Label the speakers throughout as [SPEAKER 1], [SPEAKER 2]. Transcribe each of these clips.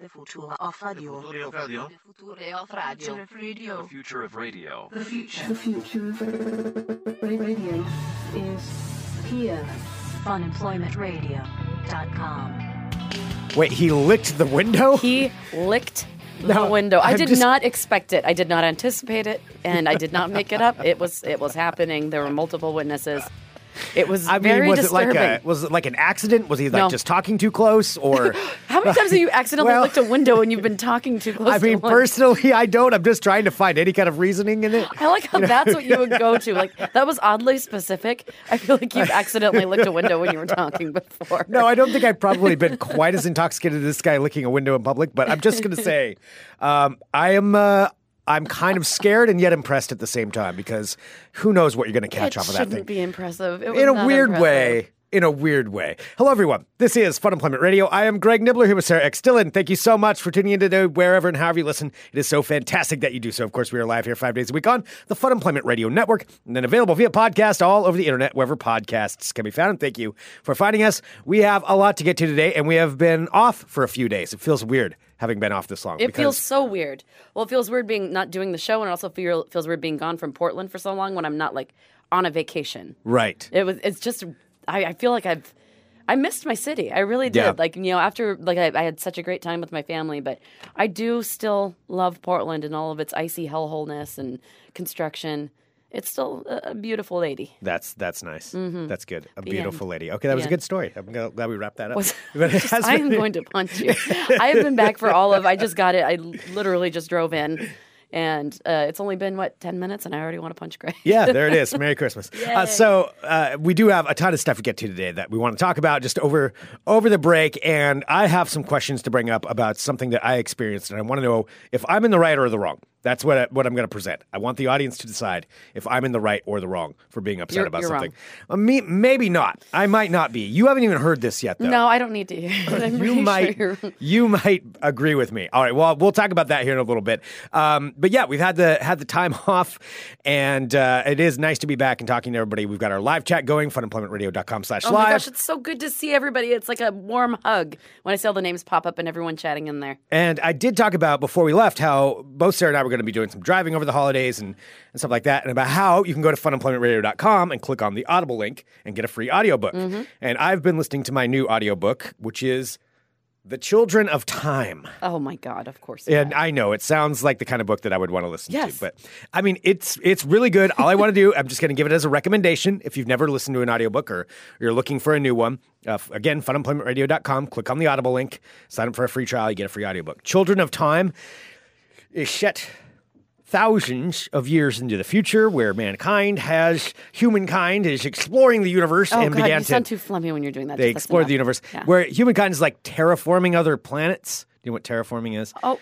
[SPEAKER 1] The future of radio.
[SPEAKER 2] Future of radio.
[SPEAKER 3] Future of Radio.
[SPEAKER 4] The
[SPEAKER 2] The future of radio.
[SPEAKER 4] future
[SPEAKER 5] The future of radio is here.
[SPEAKER 1] Unemploymentradio.com.
[SPEAKER 6] Wait, he licked the window?
[SPEAKER 7] He licked
[SPEAKER 6] No,
[SPEAKER 7] the window. I
[SPEAKER 6] I'm
[SPEAKER 7] did
[SPEAKER 6] just-
[SPEAKER 7] not expect it. I did not anticipate it, and I did not make it up. It was it was happening. There were multiple witnesses. It was
[SPEAKER 6] I mean,
[SPEAKER 7] very
[SPEAKER 6] was
[SPEAKER 7] disturbing.
[SPEAKER 6] it like a was it like an accident? Was he like
[SPEAKER 7] No.
[SPEAKER 6] just talking too close or
[SPEAKER 7] How many times have you accidentally
[SPEAKER 6] Well-
[SPEAKER 7] licked a window and you've been talking too close?
[SPEAKER 6] I
[SPEAKER 7] to
[SPEAKER 6] mean,
[SPEAKER 7] one?
[SPEAKER 6] personally, I don't. I'm just trying to find any kind of reasoning in it.
[SPEAKER 7] I like how that's what you would go to. Like that was oddly specific. I feel like you've accidentally licked a window when you were talking before.
[SPEAKER 6] No, I don't think I've probably been quite as intoxicated as this guy licking a window in public, but I'm just going to say um, I am. Uh, I'm kind of scared and yet impressed at the same time because who knows what you're going to catch
[SPEAKER 7] it
[SPEAKER 6] off of that
[SPEAKER 7] shouldn't
[SPEAKER 6] thing.
[SPEAKER 7] be impressive. It was
[SPEAKER 6] in a
[SPEAKER 7] not
[SPEAKER 6] weird
[SPEAKER 7] impressive.
[SPEAKER 6] way. In a weird way. Hello, everyone. This is Fun Employment Radio. I am Greg Nibbler here with Sarah X. Dillon. Thank you so much for tuning in today, wherever and however you listen. It is so fantastic that you do so. Of course, we are live here five days a week on the Fun Employment Radio Network and then available via podcast all over the internet, wherever podcasts can be found. And thank you for finding us. We have a lot to get to today, and we have been off for a few days. It feels weird having been off this long.
[SPEAKER 7] It feels so weird. Well, it feels weird being not doing the show, and it also feel, feels weird being gone from Portland for so long when I'm not like on a vacation.
[SPEAKER 6] right.
[SPEAKER 7] It was. It's just. I, I feel like I've. I missed my city. I really did.
[SPEAKER 6] Yeah.
[SPEAKER 7] Like you know, after like I, I had such a great time with my family, but I do still love Portland and all of its icy hellholeness and construction. It's still a, a beautiful lady.
[SPEAKER 6] That's that's nice. That's good. A beautiful
[SPEAKER 7] Mm-hmm. end.
[SPEAKER 6] lady. Okay, that was a
[SPEAKER 7] end.
[SPEAKER 6] good story. I'm gl- glad we wrapped that up.
[SPEAKER 7] Was-
[SPEAKER 6] But it has
[SPEAKER 7] I
[SPEAKER 6] been-
[SPEAKER 7] am going to punch you. I have been back for all of. I just got it. I literally just drove in, and uh, it's only been what ten minutes, and I already want to punch Greg.
[SPEAKER 6] Yeah, there it is. Merry Christmas. Uh, so uh, we do have a ton of stuff to get to today that we want to talk about just over over the break, and I have some questions to bring up about something that I experienced, and I want to know if I'm in the right or the wrong. That's what I, what I'm going to present. I want the audience to decide if I'm in the right or the wrong for being upset
[SPEAKER 7] You're-
[SPEAKER 6] about
[SPEAKER 7] you're
[SPEAKER 6] something. Uh, me, maybe not. I might not be. You haven't even heard this yet, though
[SPEAKER 7] No, I don't need to hear. it. I'm pretty
[SPEAKER 6] you
[SPEAKER 7] sure
[SPEAKER 6] might
[SPEAKER 7] you're-
[SPEAKER 6] you might agree with me. All right, well, we'll talk about that here in a little bit. Um, but yeah, we've had the had the time off, and uh, it is nice to be back and talking to everybody. We've got our live chat going, funemploymentradio.com slash
[SPEAKER 7] Oh my gosh,
[SPEAKER 6] live.
[SPEAKER 7] it's so good to see everybody. It's like a warm hug when I see all the names pop up and everyone chatting in there.
[SPEAKER 6] And I did talk about before we left how both Sarah and I were going to be doing some driving over the holidays and, and stuff like that, and about how you can go to funemploymentradio.com and click on the Audible link and get a free audiobook.
[SPEAKER 7] Mm-hmm.
[SPEAKER 6] And I've been listening to my new audiobook, which is The Children of Time.
[SPEAKER 7] Oh my god, of course. you
[SPEAKER 6] And
[SPEAKER 7] have.
[SPEAKER 6] I know it sounds like the kind of book that I would want to listen
[SPEAKER 7] Yes.
[SPEAKER 6] to, but I mean, it's it's really good. All I want to do, I'm just going to give it as a recommendation. If you've never listened to an audiobook or you're looking for a new one, uh, f- again, funemploymentradio.com, click on the Audible link, sign up for a free trial, you get a free audiobook. Children of Time is set thousands of years into the future where mankind has, humankind is exploring the universe
[SPEAKER 7] oh
[SPEAKER 6] and
[SPEAKER 7] god,
[SPEAKER 6] began
[SPEAKER 7] you
[SPEAKER 6] to
[SPEAKER 7] sound too flummy when you're doing that.
[SPEAKER 6] they
[SPEAKER 7] Just listen
[SPEAKER 6] explored
[SPEAKER 7] up.
[SPEAKER 6] the universe
[SPEAKER 7] Yeah.
[SPEAKER 6] where humankind is like terraforming other planets. Do you know what terraforming is?
[SPEAKER 7] Oh,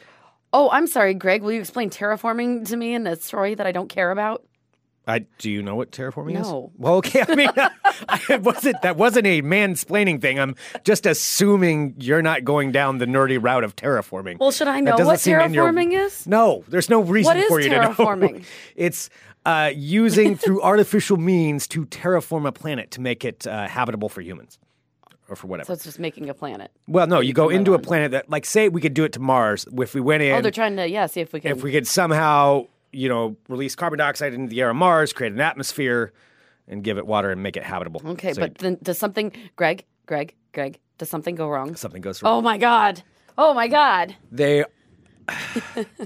[SPEAKER 7] oh, I'm sorry, Greg. Will you explain terraforming to me in a story that I don't care about?
[SPEAKER 6] I do you know what terraforming is?
[SPEAKER 7] No.
[SPEAKER 6] Well, okay. I mean, I wasn't that wasn't a mansplaining thing. I'm just assuming you're not going down the nerdy route of terraforming.
[SPEAKER 7] Well, should I
[SPEAKER 6] That
[SPEAKER 7] know
[SPEAKER 6] doesn't
[SPEAKER 7] what
[SPEAKER 6] seem in your-
[SPEAKER 7] terraforming is?
[SPEAKER 6] No, there's no reason
[SPEAKER 7] What is
[SPEAKER 6] for you to know.
[SPEAKER 7] terraforming?
[SPEAKER 6] It's uh, using through artificial means to terraform a planet to make it uh, habitable for humans or for whatever.
[SPEAKER 7] So it's just making a planet.
[SPEAKER 6] well, no, you go
[SPEAKER 7] live
[SPEAKER 6] into a
[SPEAKER 7] on.
[SPEAKER 6] planet that, like, say we could do it to Mars if we went in
[SPEAKER 7] oh, they're trying to yeah, see if we can.
[SPEAKER 6] if we could somehow, you know, release carbon dioxide into the air on Mars, create an atmosphere, and give it water and make it habitable.
[SPEAKER 7] okay,
[SPEAKER 6] So
[SPEAKER 7] but then does something, Greg, Greg, Greg, does something go wrong?
[SPEAKER 6] something goes wrong.
[SPEAKER 7] Oh my god. Oh my god.
[SPEAKER 6] They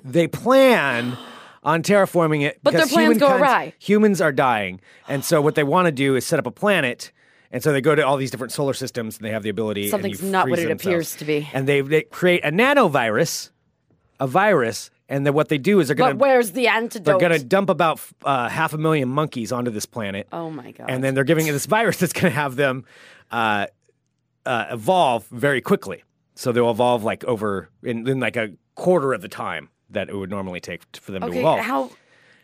[SPEAKER 6] they plan on terraforming it,
[SPEAKER 7] But their
[SPEAKER 6] because
[SPEAKER 7] plans go
[SPEAKER 6] humankind's-
[SPEAKER 7] awry.
[SPEAKER 6] Humans are dying, and so what they want to do is set up a planet. And so they go to all these different solar systems, and they have the ability. and you
[SPEAKER 7] Something's not what
[SPEAKER 6] freeze
[SPEAKER 7] it
[SPEAKER 6] themselves.
[SPEAKER 7] appears to be.
[SPEAKER 6] And they, they create a nanovirus, a virus, and then what they do is they're going
[SPEAKER 7] But
[SPEAKER 6] to
[SPEAKER 7] where's the
[SPEAKER 6] they're
[SPEAKER 7] antidote?
[SPEAKER 6] going to dump about uh, half a million monkeys onto this planet.
[SPEAKER 7] Oh my god.
[SPEAKER 6] and then they're giving it this virus that's going to have them uh, uh, evolve very quickly. So they'll evolve like over in, in like a quarter of the time that it would normally take t- for them to
[SPEAKER 7] Okay,
[SPEAKER 6] evolve.
[SPEAKER 7] how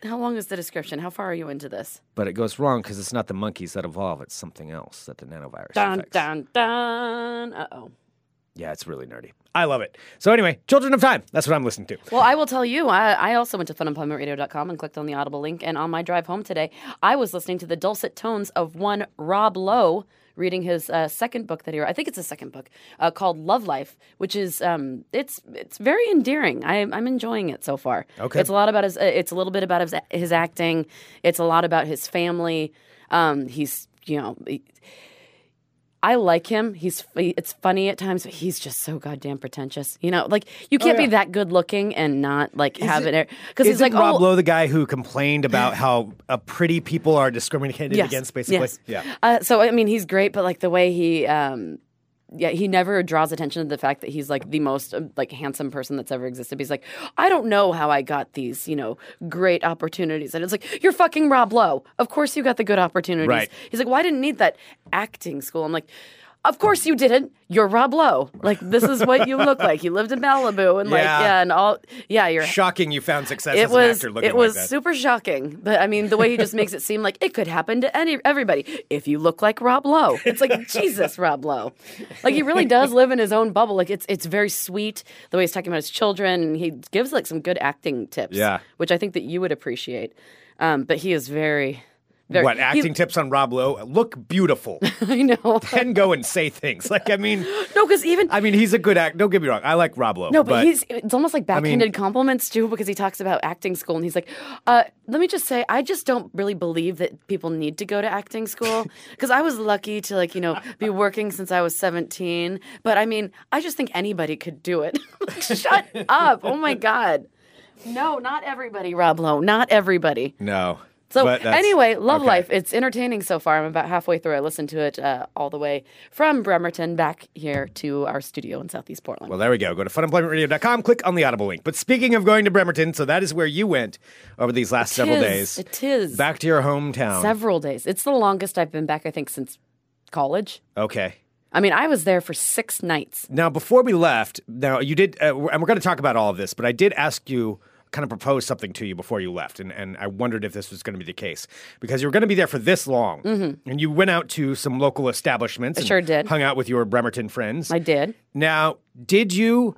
[SPEAKER 7] how long is the description? How far are you into this?
[SPEAKER 6] but it goes wrong because it's not the monkeys that evolve; it's something else that the nanovirus.
[SPEAKER 7] Dun
[SPEAKER 6] affects.
[SPEAKER 7] dun dun. Uh oh.
[SPEAKER 6] Yeah, it's really nerdy. I love it. So anyway, Children of Time. That's what I'm listening to.
[SPEAKER 7] Well, I will tell you, I, I also went to funemploymentradio.com and clicked on the Audible link. And on my drive home today, I was listening to the dulcet tones of one Rob Lowe reading his uh, second book that he wrote. I think it's a second book uh, called Love Life, which is um, it's it's very endearing. I, I'm enjoying it so far.
[SPEAKER 6] Okay.
[SPEAKER 7] it's a lot about his. uh, It's a little bit about his his acting. It's a lot about his family. Um, he's you know. he- I like him. He's it's funny at times, but he's just so goddamn pretentious. You know, like you can't
[SPEAKER 6] Oh, yeah.
[SPEAKER 7] be that good looking and not like have
[SPEAKER 6] it-
[SPEAKER 7] it because he's
[SPEAKER 6] Isn't
[SPEAKER 7] like
[SPEAKER 6] Rob
[SPEAKER 7] oh
[SPEAKER 6] Lowe the guy who complained about how uh, pretty people are discriminated
[SPEAKER 7] Yes,
[SPEAKER 6] against, basically?
[SPEAKER 7] yes.
[SPEAKER 6] Yeah.
[SPEAKER 7] Uh, so I mean, he's great, but like the way he, um, yeah, he never draws attention to the fact that he's like the most uh, like handsome person that's ever existed. But he's like, I don't know how I got these, you know, great opportunities, and it's like you're fucking Rob Lowe. Of course you got the good opportunities.
[SPEAKER 6] Right.
[SPEAKER 7] He's like, well, I didn't need that acting school. I'm like. Of course you didn't. You're Rob Lowe. Like this is what you look like. You lived in Malibu and like
[SPEAKER 6] Yeah.
[SPEAKER 7] yeah and all yeah, you're
[SPEAKER 6] Shocking you found success
[SPEAKER 7] it
[SPEAKER 6] as
[SPEAKER 7] was
[SPEAKER 6] an actor looking
[SPEAKER 7] it was
[SPEAKER 6] like that.
[SPEAKER 7] super shocking, but I mean the way he just makes it seem like it could happen to any everybody if you look like Rob Lowe. It's like Jesus, Rob Lowe. Like he really does live in his own bubble. Like it's it's very sweet the way he's talking about his children. and He gives like some good acting tips,
[SPEAKER 6] Yeah.
[SPEAKER 7] which I think that you would appreciate. Um, but he is very, very
[SPEAKER 6] what,
[SPEAKER 7] he-
[SPEAKER 6] acting tips on Rob Lowe? Look beautiful.
[SPEAKER 7] I know.
[SPEAKER 6] then go and say things. Like, I mean,
[SPEAKER 7] No, because even
[SPEAKER 6] I mean, he's a good actor. Don't get me wrong. I like Rob Lowe.
[SPEAKER 7] No, but, he's it's almost like
[SPEAKER 6] mean-
[SPEAKER 7] backhanded compliments too because he talks about acting school and he's like, uh, let me just say, I just don't really believe that people need to go to acting school because I was lucky to like you know be working since I was seventeen, but I mean, I just think anybody could do it. Shut up! Oh my god. No, not everybody, Rob Lowe. Not everybody.
[SPEAKER 6] No.
[SPEAKER 7] So
[SPEAKER 6] But that's-
[SPEAKER 7] anyway, Love
[SPEAKER 6] okay.
[SPEAKER 7] Life. It's entertaining so far. I'm about halfway through. I listened to it uh, all the way from Bremerton back here to our studio in Southeast Portland.
[SPEAKER 6] Well, there we go. Go to funemploymentradio.com, click on the Audible link. But speaking of going to Bremerton, so that is where you went over these last several
[SPEAKER 7] Tis,
[SPEAKER 6] days.
[SPEAKER 7] It is.
[SPEAKER 6] Back to your hometown.
[SPEAKER 7] Several days. It's the longest I've been back, I think, since college.
[SPEAKER 6] okay.
[SPEAKER 7] I mean, I was there for six nights.
[SPEAKER 6] Now, before we left, now you did, uh, and we're going to talk about all of this, but I did ask you, kind of propose something to you before you left, and, and I wondered if this was going to be the case because you were going to be there for this long, and you went out to some local establishments. and
[SPEAKER 7] Mm-hmm. sure did.
[SPEAKER 6] Hung out with your Bremerton friends.
[SPEAKER 7] I did.
[SPEAKER 6] Now, did you?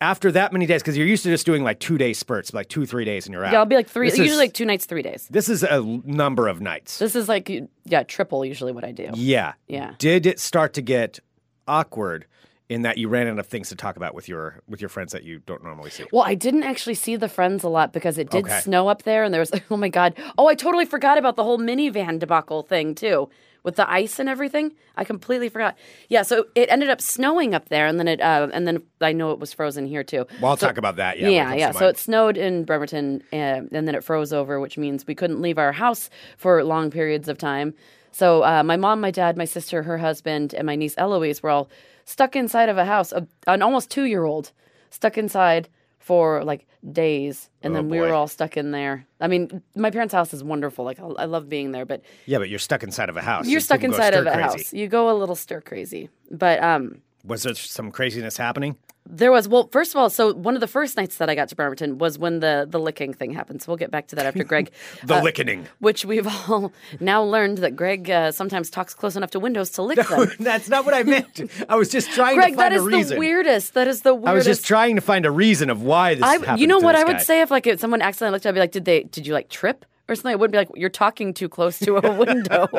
[SPEAKER 6] After that many days, because you're used to just doing like two day spurts, like two, three days, and you're out.
[SPEAKER 7] Yeah, I'll be like three,
[SPEAKER 6] This
[SPEAKER 7] usually
[SPEAKER 6] is-
[SPEAKER 7] like two nights, three days.
[SPEAKER 6] This is a l- number of nights.
[SPEAKER 7] This is like, yeah, triple usually what I do.
[SPEAKER 6] yeah.
[SPEAKER 7] Yeah.
[SPEAKER 6] Did it start to get awkward in that you ran out of things to talk about with your with your friends that you don't normally see?
[SPEAKER 7] Well, I didn't actually see the friends a lot because it did
[SPEAKER 6] Okay.
[SPEAKER 7] snow up there, and there was oh my god, oh I totally forgot about the whole minivan debacle thing too with the ice and everything. I completely forgot. Yeah, so it ended up snowing up there, and then it uh, and then I know it was frozen here too.
[SPEAKER 6] Well, I'll talk about that. Yeah. when it
[SPEAKER 7] yeah,
[SPEAKER 6] comes
[SPEAKER 7] yeah.
[SPEAKER 6] to
[SPEAKER 7] So
[SPEAKER 6] mine.
[SPEAKER 7] it snowed in Bremerton, uh, and then it froze over, which means we couldn't leave our house for long periods of time. So uh, my mom, my dad, my sister, her husband, and my niece Eloise were all stuck inside of a house, a, an almost two-year-old stuck inside for like days, and
[SPEAKER 6] Oh,
[SPEAKER 7] then we
[SPEAKER 6] boy.
[SPEAKER 7] were all stuck in there. I mean, my parents' house is wonderful. Like I, I love being there, but
[SPEAKER 6] yeah, but you're stuck inside of a house.
[SPEAKER 7] you're
[SPEAKER 6] These
[SPEAKER 7] stuck
[SPEAKER 6] people go
[SPEAKER 7] inside of a
[SPEAKER 6] stir crazy.
[SPEAKER 7] house. You go a little stir crazy, but um.
[SPEAKER 6] Was there some craziness happening?
[SPEAKER 7] There was well, first of all, so one of the first nights that I got to Bremerton was when the the licking thing happened. So we'll get back to that after Greg, Uh,
[SPEAKER 6] The lickening.
[SPEAKER 7] which we've all now learned that Greg uh, sometimes talks close enough to windows to lick them.
[SPEAKER 6] That's not what I meant. I was just trying
[SPEAKER 7] Greg,
[SPEAKER 6] to
[SPEAKER 7] that
[SPEAKER 6] find
[SPEAKER 7] is
[SPEAKER 6] a reason.
[SPEAKER 7] the weirdest. That is the weirdest.
[SPEAKER 6] I was just trying to find a reason of why this
[SPEAKER 7] I,
[SPEAKER 6] happened.
[SPEAKER 7] you know
[SPEAKER 6] to
[SPEAKER 7] what
[SPEAKER 6] this
[SPEAKER 7] I would
[SPEAKER 6] guy.
[SPEAKER 7] say if like if someone accidentally looked, I'd be like, did they? Did you like trip or something? It wouldn't be like you're talking too close to a window.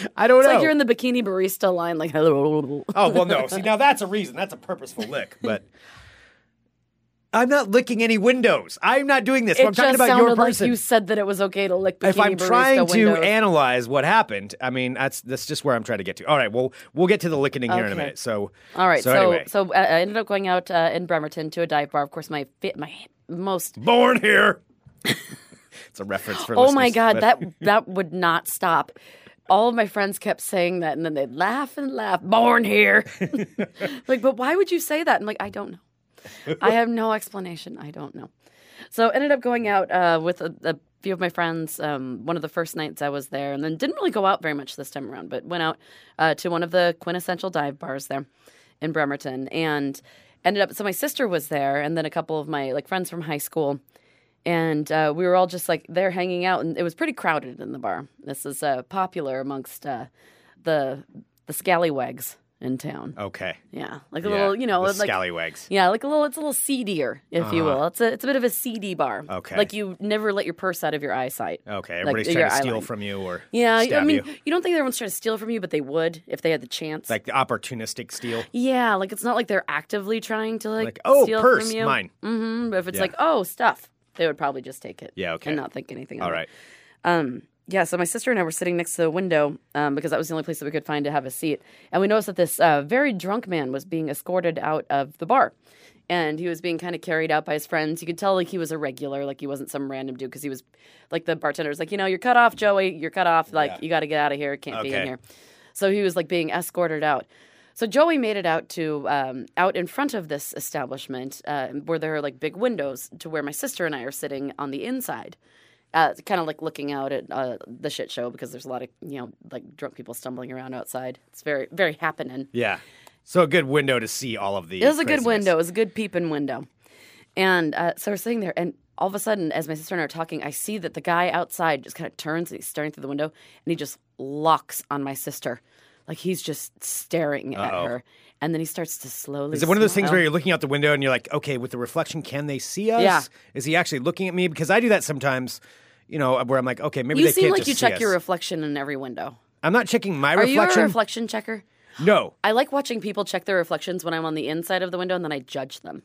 [SPEAKER 7] it's
[SPEAKER 6] I don't know.
[SPEAKER 7] like you're in the bikini barista line, like hello.
[SPEAKER 6] Oh well, no. See, now that's a reason. That's a purposeful lick, but. I'm not licking any windows. I'm not doing this.
[SPEAKER 7] It
[SPEAKER 6] I'm talking
[SPEAKER 7] just
[SPEAKER 6] about
[SPEAKER 7] sounded
[SPEAKER 6] your person.
[SPEAKER 7] like you said that it was okay to lick bikini
[SPEAKER 6] if I'm
[SPEAKER 7] barista
[SPEAKER 6] trying to
[SPEAKER 7] windows.
[SPEAKER 6] analyze what happened, I mean that's that's just where I'm trying to get to. All right, well we'll get to the lickening here in a
[SPEAKER 7] Okay.
[SPEAKER 6] minute. So
[SPEAKER 7] All right, so
[SPEAKER 6] so,
[SPEAKER 7] so,
[SPEAKER 6] anyway,
[SPEAKER 7] uh, I ended up going out uh, in Bremerton to a dive bar. Of course, my fi- my most
[SPEAKER 6] born here. it's a reference for.
[SPEAKER 7] oh my
[SPEAKER 6] listeners,
[SPEAKER 7] god
[SPEAKER 6] but-
[SPEAKER 7] that that would not stop. All of my friends kept saying that, and then they'd laugh and laugh. Born here, like, but why would you say that? I'm like, I don't know. I have no explanation. I don't know. So ended up going out uh, with a, a few of my friends. Um, one of the first nights I was there, and then didn't really go out very much this time around, but went out uh, to one of the quintessential dive bars there in Bremerton, and ended up. So my sister was there, and then a couple of my like friends from high school, and uh, we were all just like there hanging out, and it was pretty crowded in the bar. This is uh, popular amongst uh, the the scallywags in town.
[SPEAKER 6] Okay.
[SPEAKER 7] Yeah, like a
[SPEAKER 6] Yeah,
[SPEAKER 7] little, you know,
[SPEAKER 6] the
[SPEAKER 7] like
[SPEAKER 6] scallywags.
[SPEAKER 7] Yeah, like a little. It's a little seedier, if you will. It's a it's a bit of a seedy bar.
[SPEAKER 6] Okay.
[SPEAKER 7] like you never let your purse out of your eyesight.
[SPEAKER 6] Okay,
[SPEAKER 7] Like,
[SPEAKER 6] everybody's
[SPEAKER 7] your
[SPEAKER 6] trying to steal
[SPEAKER 7] eyeline.
[SPEAKER 6] from you or
[SPEAKER 7] Yeah,
[SPEAKER 6] stab
[SPEAKER 7] I mean,
[SPEAKER 6] you.
[SPEAKER 7] don't think everyone's trying to steal from you, but they would if they had the chance.
[SPEAKER 6] like the opportunistic steal.
[SPEAKER 7] yeah, like it's not like they're actively trying to like,
[SPEAKER 6] Like, oh,
[SPEAKER 7] steal
[SPEAKER 6] purse,
[SPEAKER 7] from you.
[SPEAKER 6] mine.
[SPEAKER 7] Mm-hmm. But if it's
[SPEAKER 6] Yeah.
[SPEAKER 7] like oh stuff, they would probably just take it.
[SPEAKER 6] Yeah, okay.
[SPEAKER 7] and uh, not think anything.
[SPEAKER 6] All
[SPEAKER 7] of it.
[SPEAKER 6] right.
[SPEAKER 7] Um, yeah, so my sister and I were sitting next to the window um, because that was the only place that we could find to have a seat. And we noticed that this uh, very drunk man was being escorted out of the bar. And he was being kind of carried out by his friends. You could tell like he was a regular, like he wasn't some random dude because he was like the bartender was like, you know, you're cut off, Joey. You're cut off. Like, you got to get out of here. Can't be
[SPEAKER 6] Okay.
[SPEAKER 7] in here. So he was like being escorted out. So Joey made it out to um, out in front of this establishment uh, where there are like big windows to where my sister and I are sitting on the inside, uh, kind of like looking out at uh, the shit show because there's a lot of you know like drunk people stumbling around outside. It's very very happening.
[SPEAKER 6] Yeah. So a good window to see all of the.
[SPEAKER 7] It was a good
[SPEAKER 6] craziness.
[SPEAKER 7] window. It was a good peeping window. And uh, so we're sitting there, and all of a sudden, as my sister and I are talking, I see that the guy outside just kind of turns and he's staring through the window, and he just locks on my sister, like he's just staring
[SPEAKER 6] Uh-oh.
[SPEAKER 7] at her. And then he starts to slowly.
[SPEAKER 6] Is it one of those things
[SPEAKER 7] smile.
[SPEAKER 6] where you're looking out the window and you're like, okay, with the reflection, can they see us?
[SPEAKER 7] Yeah.
[SPEAKER 6] Is he actually looking at me? Because I do that sometimes, you know, where I'm like, okay, maybe
[SPEAKER 7] you
[SPEAKER 6] they
[SPEAKER 7] seem
[SPEAKER 6] can't
[SPEAKER 7] like
[SPEAKER 6] just
[SPEAKER 7] you
[SPEAKER 6] see
[SPEAKER 7] check
[SPEAKER 6] us.
[SPEAKER 7] your reflection in every window?
[SPEAKER 6] I'm not checking my
[SPEAKER 7] Are
[SPEAKER 6] reflection.
[SPEAKER 7] you a reflection checker?
[SPEAKER 6] no,
[SPEAKER 7] I like watching people check their reflections when I'm on the inside of the window, and then I judge them.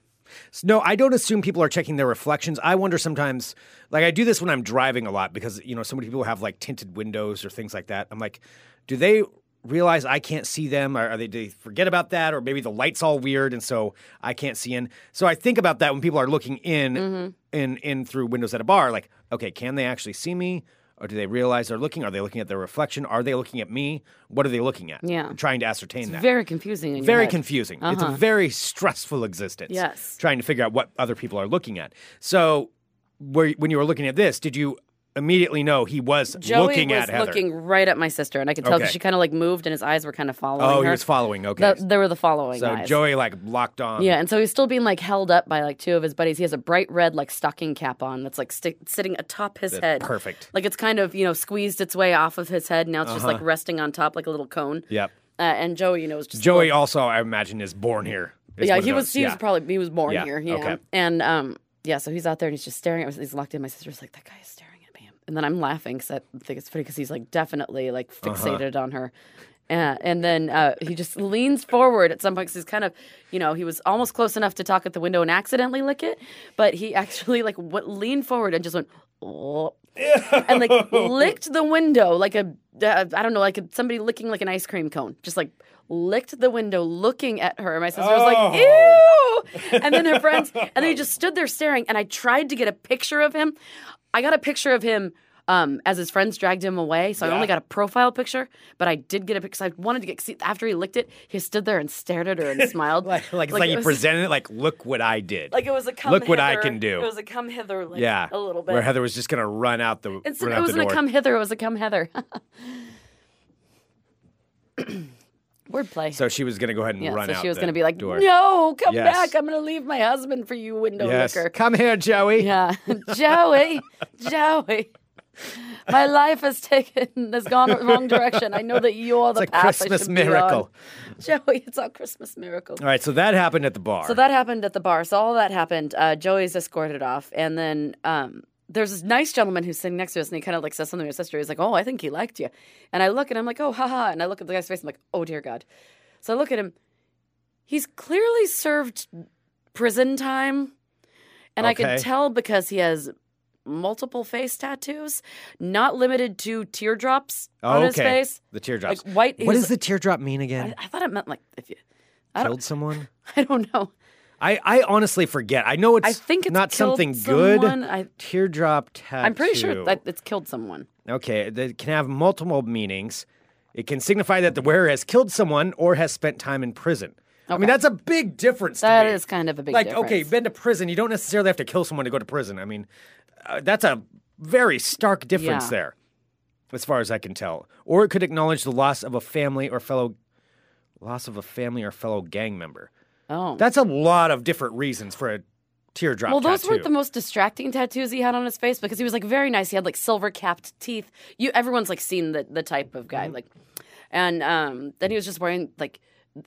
[SPEAKER 6] no, I don't assume people are checking their reflections. I wonder sometimes, like I do this when I'm driving a lot because you know so many people have like tinted windows or things like that. I'm like, do they realize I can't see them? Or are they, do they forget about that? Or maybe the light's all weird and so I can't see in. So I think about that when people are looking in,
[SPEAKER 7] Mm. Mm-hmm.
[SPEAKER 6] in, in through windows at a bar. Like, okay, can they actually see me? Or do they realize they're looking? Are they looking at their reflection? Are they looking at me? What are they looking at?
[SPEAKER 7] Yeah.
[SPEAKER 6] I'm trying to ascertain that
[SPEAKER 7] Very Uh-huh. confusing. In your
[SPEAKER 6] very
[SPEAKER 7] head.
[SPEAKER 6] confusing. It's a very stressful existence.
[SPEAKER 7] Yes.
[SPEAKER 6] Trying to figure out what other people are looking at. So, were, when you were looking at this, did you immediately know he was
[SPEAKER 7] Joey
[SPEAKER 6] looking
[SPEAKER 7] was
[SPEAKER 6] at Heather?
[SPEAKER 7] looking right at my sister, and I could tell
[SPEAKER 6] Okay.
[SPEAKER 7] that she kind of like moved, and his eyes were kind of following
[SPEAKER 6] oh, he
[SPEAKER 7] her.
[SPEAKER 6] was following. Okay.
[SPEAKER 7] The- they were the following
[SPEAKER 6] so,
[SPEAKER 7] eyes.
[SPEAKER 6] Joey um, like locked on.
[SPEAKER 7] Yeah, and so he's still being like held up by like two of his buddies. He has a bright red like stocking cap on that's like sti sitting atop his head.
[SPEAKER 6] perfect.
[SPEAKER 7] Like it's kind of you know squeezed its way off of his head. Now it's just like
[SPEAKER 6] Uh-huh.
[SPEAKER 7] resting on top like a little cone.
[SPEAKER 6] Yep.
[SPEAKER 7] Uh, and Joey, you know, was just a
[SPEAKER 6] Joey
[SPEAKER 7] little-
[SPEAKER 6] also, I imagine, is born here. Is
[SPEAKER 7] yeah,
[SPEAKER 6] one of
[SPEAKER 7] he was.
[SPEAKER 6] those.
[SPEAKER 7] He was
[SPEAKER 6] Yeah.
[SPEAKER 7] probably he was born
[SPEAKER 6] Yeah,
[SPEAKER 7] here. Yeah.
[SPEAKER 6] okay.
[SPEAKER 7] And um, yeah. So he's out there and he's just staring at. me. He's locked in. My sister's like, that guy is staring at me. And then I'm laughing because I think it's funny because he's like definitely like
[SPEAKER 6] Uh-huh.
[SPEAKER 7] fixated on her. Uh, and then uh, he just leans forward at some point 'cause he's kind of, you know, he was almost close enough to talk at the window and accidentally lick it, but he actually like w- leaned forward and just went, oh, and like licked the window like a uh, I don't know like a, somebody licking like an ice cream cone, just like licked the window, looking at her. My sister
[SPEAKER 6] Oh.
[SPEAKER 7] was like, "Ew!" And then her friends, and they just stood there staring. And I tried to get a picture of him. I got a picture of him. Um, as his friends dragged him away, so I only got a profile picture, but I did get a picture. I wanted to get see after he licked it. He stood there and stared at her and smiled.
[SPEAKER 6] Like, like, it's
[SPEAKER 7] Like,
[SPEAKER 6] like
[SPEAKER 7] it
[SPEAKER 6] you
[SPEAKER 7] was-
[SPEAKER 6] presented it, like, look what I did.
[SPEAKER 7] Like it was a come
[SPEAKER 6] Look what I
[SPEAKER 7] hither-
[SPEAKER 6] can do.
[SPEAKER 7] It was a come hither, like,
[SPEAKER 6] yeah.
[SPEAKER 7] a little bit.
[SPEAKER 6] Where Heather was just going to run out the,
[SPEAKER 7] It's,
[SPEAKER 6] run out
[SPEAKER 7] it
[SPEAKER 6] the
[SPEAKER 7] wasn't a
[SPEAKER 6] door.
[SPEAKER 7] come hither. It was a come heather. Wordplay.
[SPEAKER 6] so she was going to go ahead and
[SPEAKER 7] yeah,
[SPEAKER 6] run
[SPEAKER 7] so
[SPEAKER 6] out
[SPEAKER 7] she was
[SPEAKER 6] the
[SPEAKER 7] going to be like,
[SPEAKER 6] door.
[SPEAKER 7] "No, come
[SPEAKER 6] Yes.
[SPEAKER 7] back. I'm going to leave my husband for you, window
[SPEAKER 6] Yes.
[SPEAKER 7] licker."
[SPEAKER 6] Come here, Joey.
[SPEAKER 7] Yeah, Joey, Joey. My life has taken has gone the wrong direction. I know that you're the
[SPEAKER 6] It's a
[SPEAKER 7] path I
[SPEAKER 6] Christmas
[SPEAKER 7] should be on."
[SPEAKER 6] miracle.
[SPEAKER 7] Joey. It's our Christmas miracle.
[SPEAKER 6] All right, so that happened at the bar.
[SPEAKER 7] So that happened at the bar. So all that happened. Uh, Joey's escorted off, and then um, there's this nice gentleman who's sitting next to us, and he kind of like says something to his sister. He's like, "Oh, I think he liked you," and I look, and I'm like, "Oh, haha!" And I look at the guy's face. I'm like, "Oh dear God." So I look at him. He's clearly served prison time, and I can
[SPEAKER 6] Okay.
[SPEAKER 7] tell because he has multiple face tattoos, not limited to teardrops on his face.
[SPEAKER 6] The teardrops.
[SPEAKER 7] Like, white-
[SPEAKER 6] What
[SPEAKER 7] his-
[SPEAKER 6] does the teardrop mean
[SPEAKER 7] I,
[SPEAKER 6] again?
[SPEAKER 7] I thought it meant like if you. I
[SPEAKER 6] Killed
[SPEAKER 7] don't.
[SPEAKER 6] someone?
[SPEAKER 7] I don't know.
[SPEAKER 6] I, I honestly forget. I know it's,
[SPEAKER 7] I think it's
[SPEAKER 6] not
[SPEAKER 7] killed
[SPEAKER 6] something
[SPEAKER 7] someone.
[SPEAKER 6] good.
[SPEAKER 7] I-
[SPEAKER 6] Teardrop tattoo.
[SPEAKER 7] I'm pretty sure that it's killed someone.
[SPEAKER 6] Okay, it can have multiple meanings. It can signify that the wearer has killed someone or has spent time in prison. I mean,
[SPEAKER 7] Okay.
[SPEAKER 6] that's a big difference. to
[SPEAKER 7] That
[SPEAKER 6] me.
[SPEAKER 7] is kind of a big
[SPEAKER 6] like
[SPEAKER 7] difference.
[SPEAKER 6] okay, you've been to prison. You don't necessarily have to kill someone to go to prison. I mean, uh, that's a very stark difference
[SPEAKER 7] Yeah.
[SPEAKER 6] there, as far as I can tell. Or it could acknowledge the loss of a family or fellow loss of a family or fellow gang member.
[SPEAKER 7] Oh.
[SPEAKER 6] That's a lot of different reasons for a teardrop.
[SPEAKER 7] well, those weren't the
[SPEAKER 6] tattoo.
[SPEAKER 7] most distracting tattoos he had on his face because he was like very nice. He had like silver capped teeth.
[SPEAKER 6] Mm-hmm.
[SPEAKER 7] You everyone's like seen the the type of guy like, and um, then he was just wearing like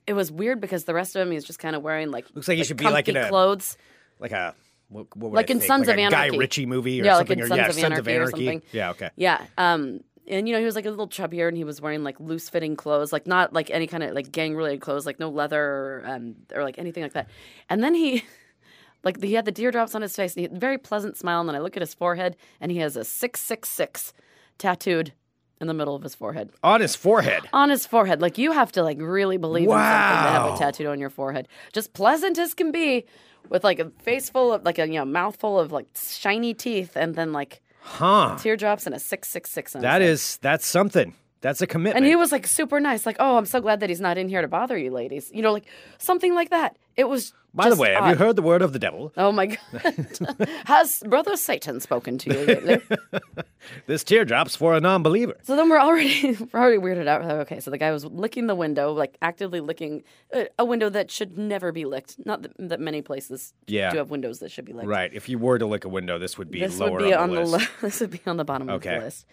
[SPEAKER 7] it was weird because the rest of him he's just kind of wearing like
[SPEAKER 6] Looks like he should be, like, in
[SPEAKER 7] comfy
[SPEAKER 6] a-
[SPEAKER 7] clothes.
[SPEAKER 6] Like a what, what would
[SPEAKER 7] Like
[SPEAKER 6] I
[SPEAKER 7] in
[SPEAKER 6] think?
[SPEAKER 7] Sons
[SPEAKER 6] Like
[SPEAKER 7] of
[SPEAKER 6] a Guy
[SPEAKER 7] Anarchy.
[SPEAKER 6] Ritchie movie or
[SPEAKER 7] Yeah, like
[SPEAKER 6] something
[SPEAKER 7] in
[SPEAKER 6] or
[SPEAKER 7] Sons
[SPEAKER 6] yeah,
[SPEAKER 7] of
[SPEAKER 6] Sons of
[SPEAKER 7] Anarchy or
[SPEAKER 6] Anarchy.
[SPEAKER 7] something.
[SPEAKER 6] Yeah, okay.
[SPEAKER 7] Yeah. Um, and you know, he was like a little chubbier and he was wearing like loose fitting clothes, like not like any kind of like gang related clothes, like no leather or, um, or like anything like that. And then he, like, he had the teardrops on his face and he had a very pleasant smile. And then I look at his forehead and he has a 666 tattooed in the middle of his forehead
[SPEAKER 6] On his forehead.
[SPEAKER 7] on his forehead. Like you have to like really believe in something to have
[SPEAKER 6] Wow.
[SPEAKER 7] a tattooed on your forehead. Just pleasant as can be, with like a face full of like a you know mouthful of like shiny teeth, and then like
[SPEAKER 6] Huh.
[SPEAKER 7] teardrops and a six six six. on his
[SPEAKER 6] That
[SPEAKER 7] head.
[SPEAKER 6] is that's something. That's a commitment.
[SPEAKER 7] And he was like super nice, like, "Oh, I'm so glad that he's not in here to bother you, ladies." You know, like something like that. It was.
[SPEAKER 6] By the
[SPEAKER 7] just
[SPEAKER 6] way, have you
[SPEAKER 7] odd.
[SPEAKER 6] heard the word of the devil?
[SPEAKER 7] Oh my god! Has brother Satan spoken to you lately?
[SPEAKER 6] This teardrop's for a non-believer.
[SPEAKER 7] So then we're already we're already weirded out. Like, Okay, so the guy was licking the window, like actively licking a, a window that should never be licked. Not that, that many places
[SPEAKER 6] Yeah.
[SPEAKER 7] do have windows that should be licked.
[SPEAKER 6] Right. If you were to lick a window, this would be
[SPEAKER 7] This
[SPEAKER 6] lower
[SPEAKER 7] would be
[SPEAKER 6] on, the list.
[SPEAKER 7] lo- this would be on the bottom
[SPEAKER 6] Okay.
[SPEAKER 7] of the list.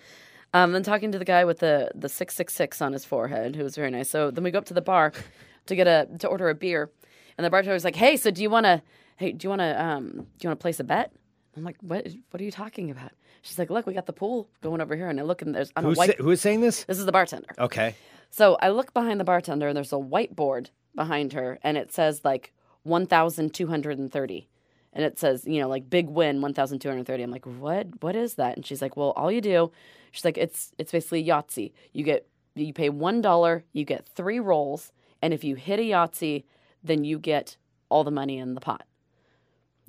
[SPEAKER 7] Um, then talking to the guy with the the six six six on his forehead, who was very nice. So then we go up to the bar to get a to order a beer, and the bartender was like, "Hey, so do you want to? Hey, do you want to? Um, do you want to place a bet?" I'm like, "What? What are you talking about?" She's like, "Look, we got the pool going over here," and I look and there's on a
[SPEAKER 6] Who's
[SPEAKER 7] white.
[SPEAKER 6] sa- who is saying this?
[SPEAKER 7] this is the bartender.
[SPEAKER 6] Okay.
[SPEAKER 7] So I look behind the bartender, and there's a whiteboard behind her, and it says like 1,230. And it says, you know, like big win, 1,230. I'm like, what? What is that? And she's like, well, all you do, she's like, it's it's basically Yahtzee. You get you pay one dollar, you get three rolls, and if you hit a Yahtzee, then you get all the money in the pot.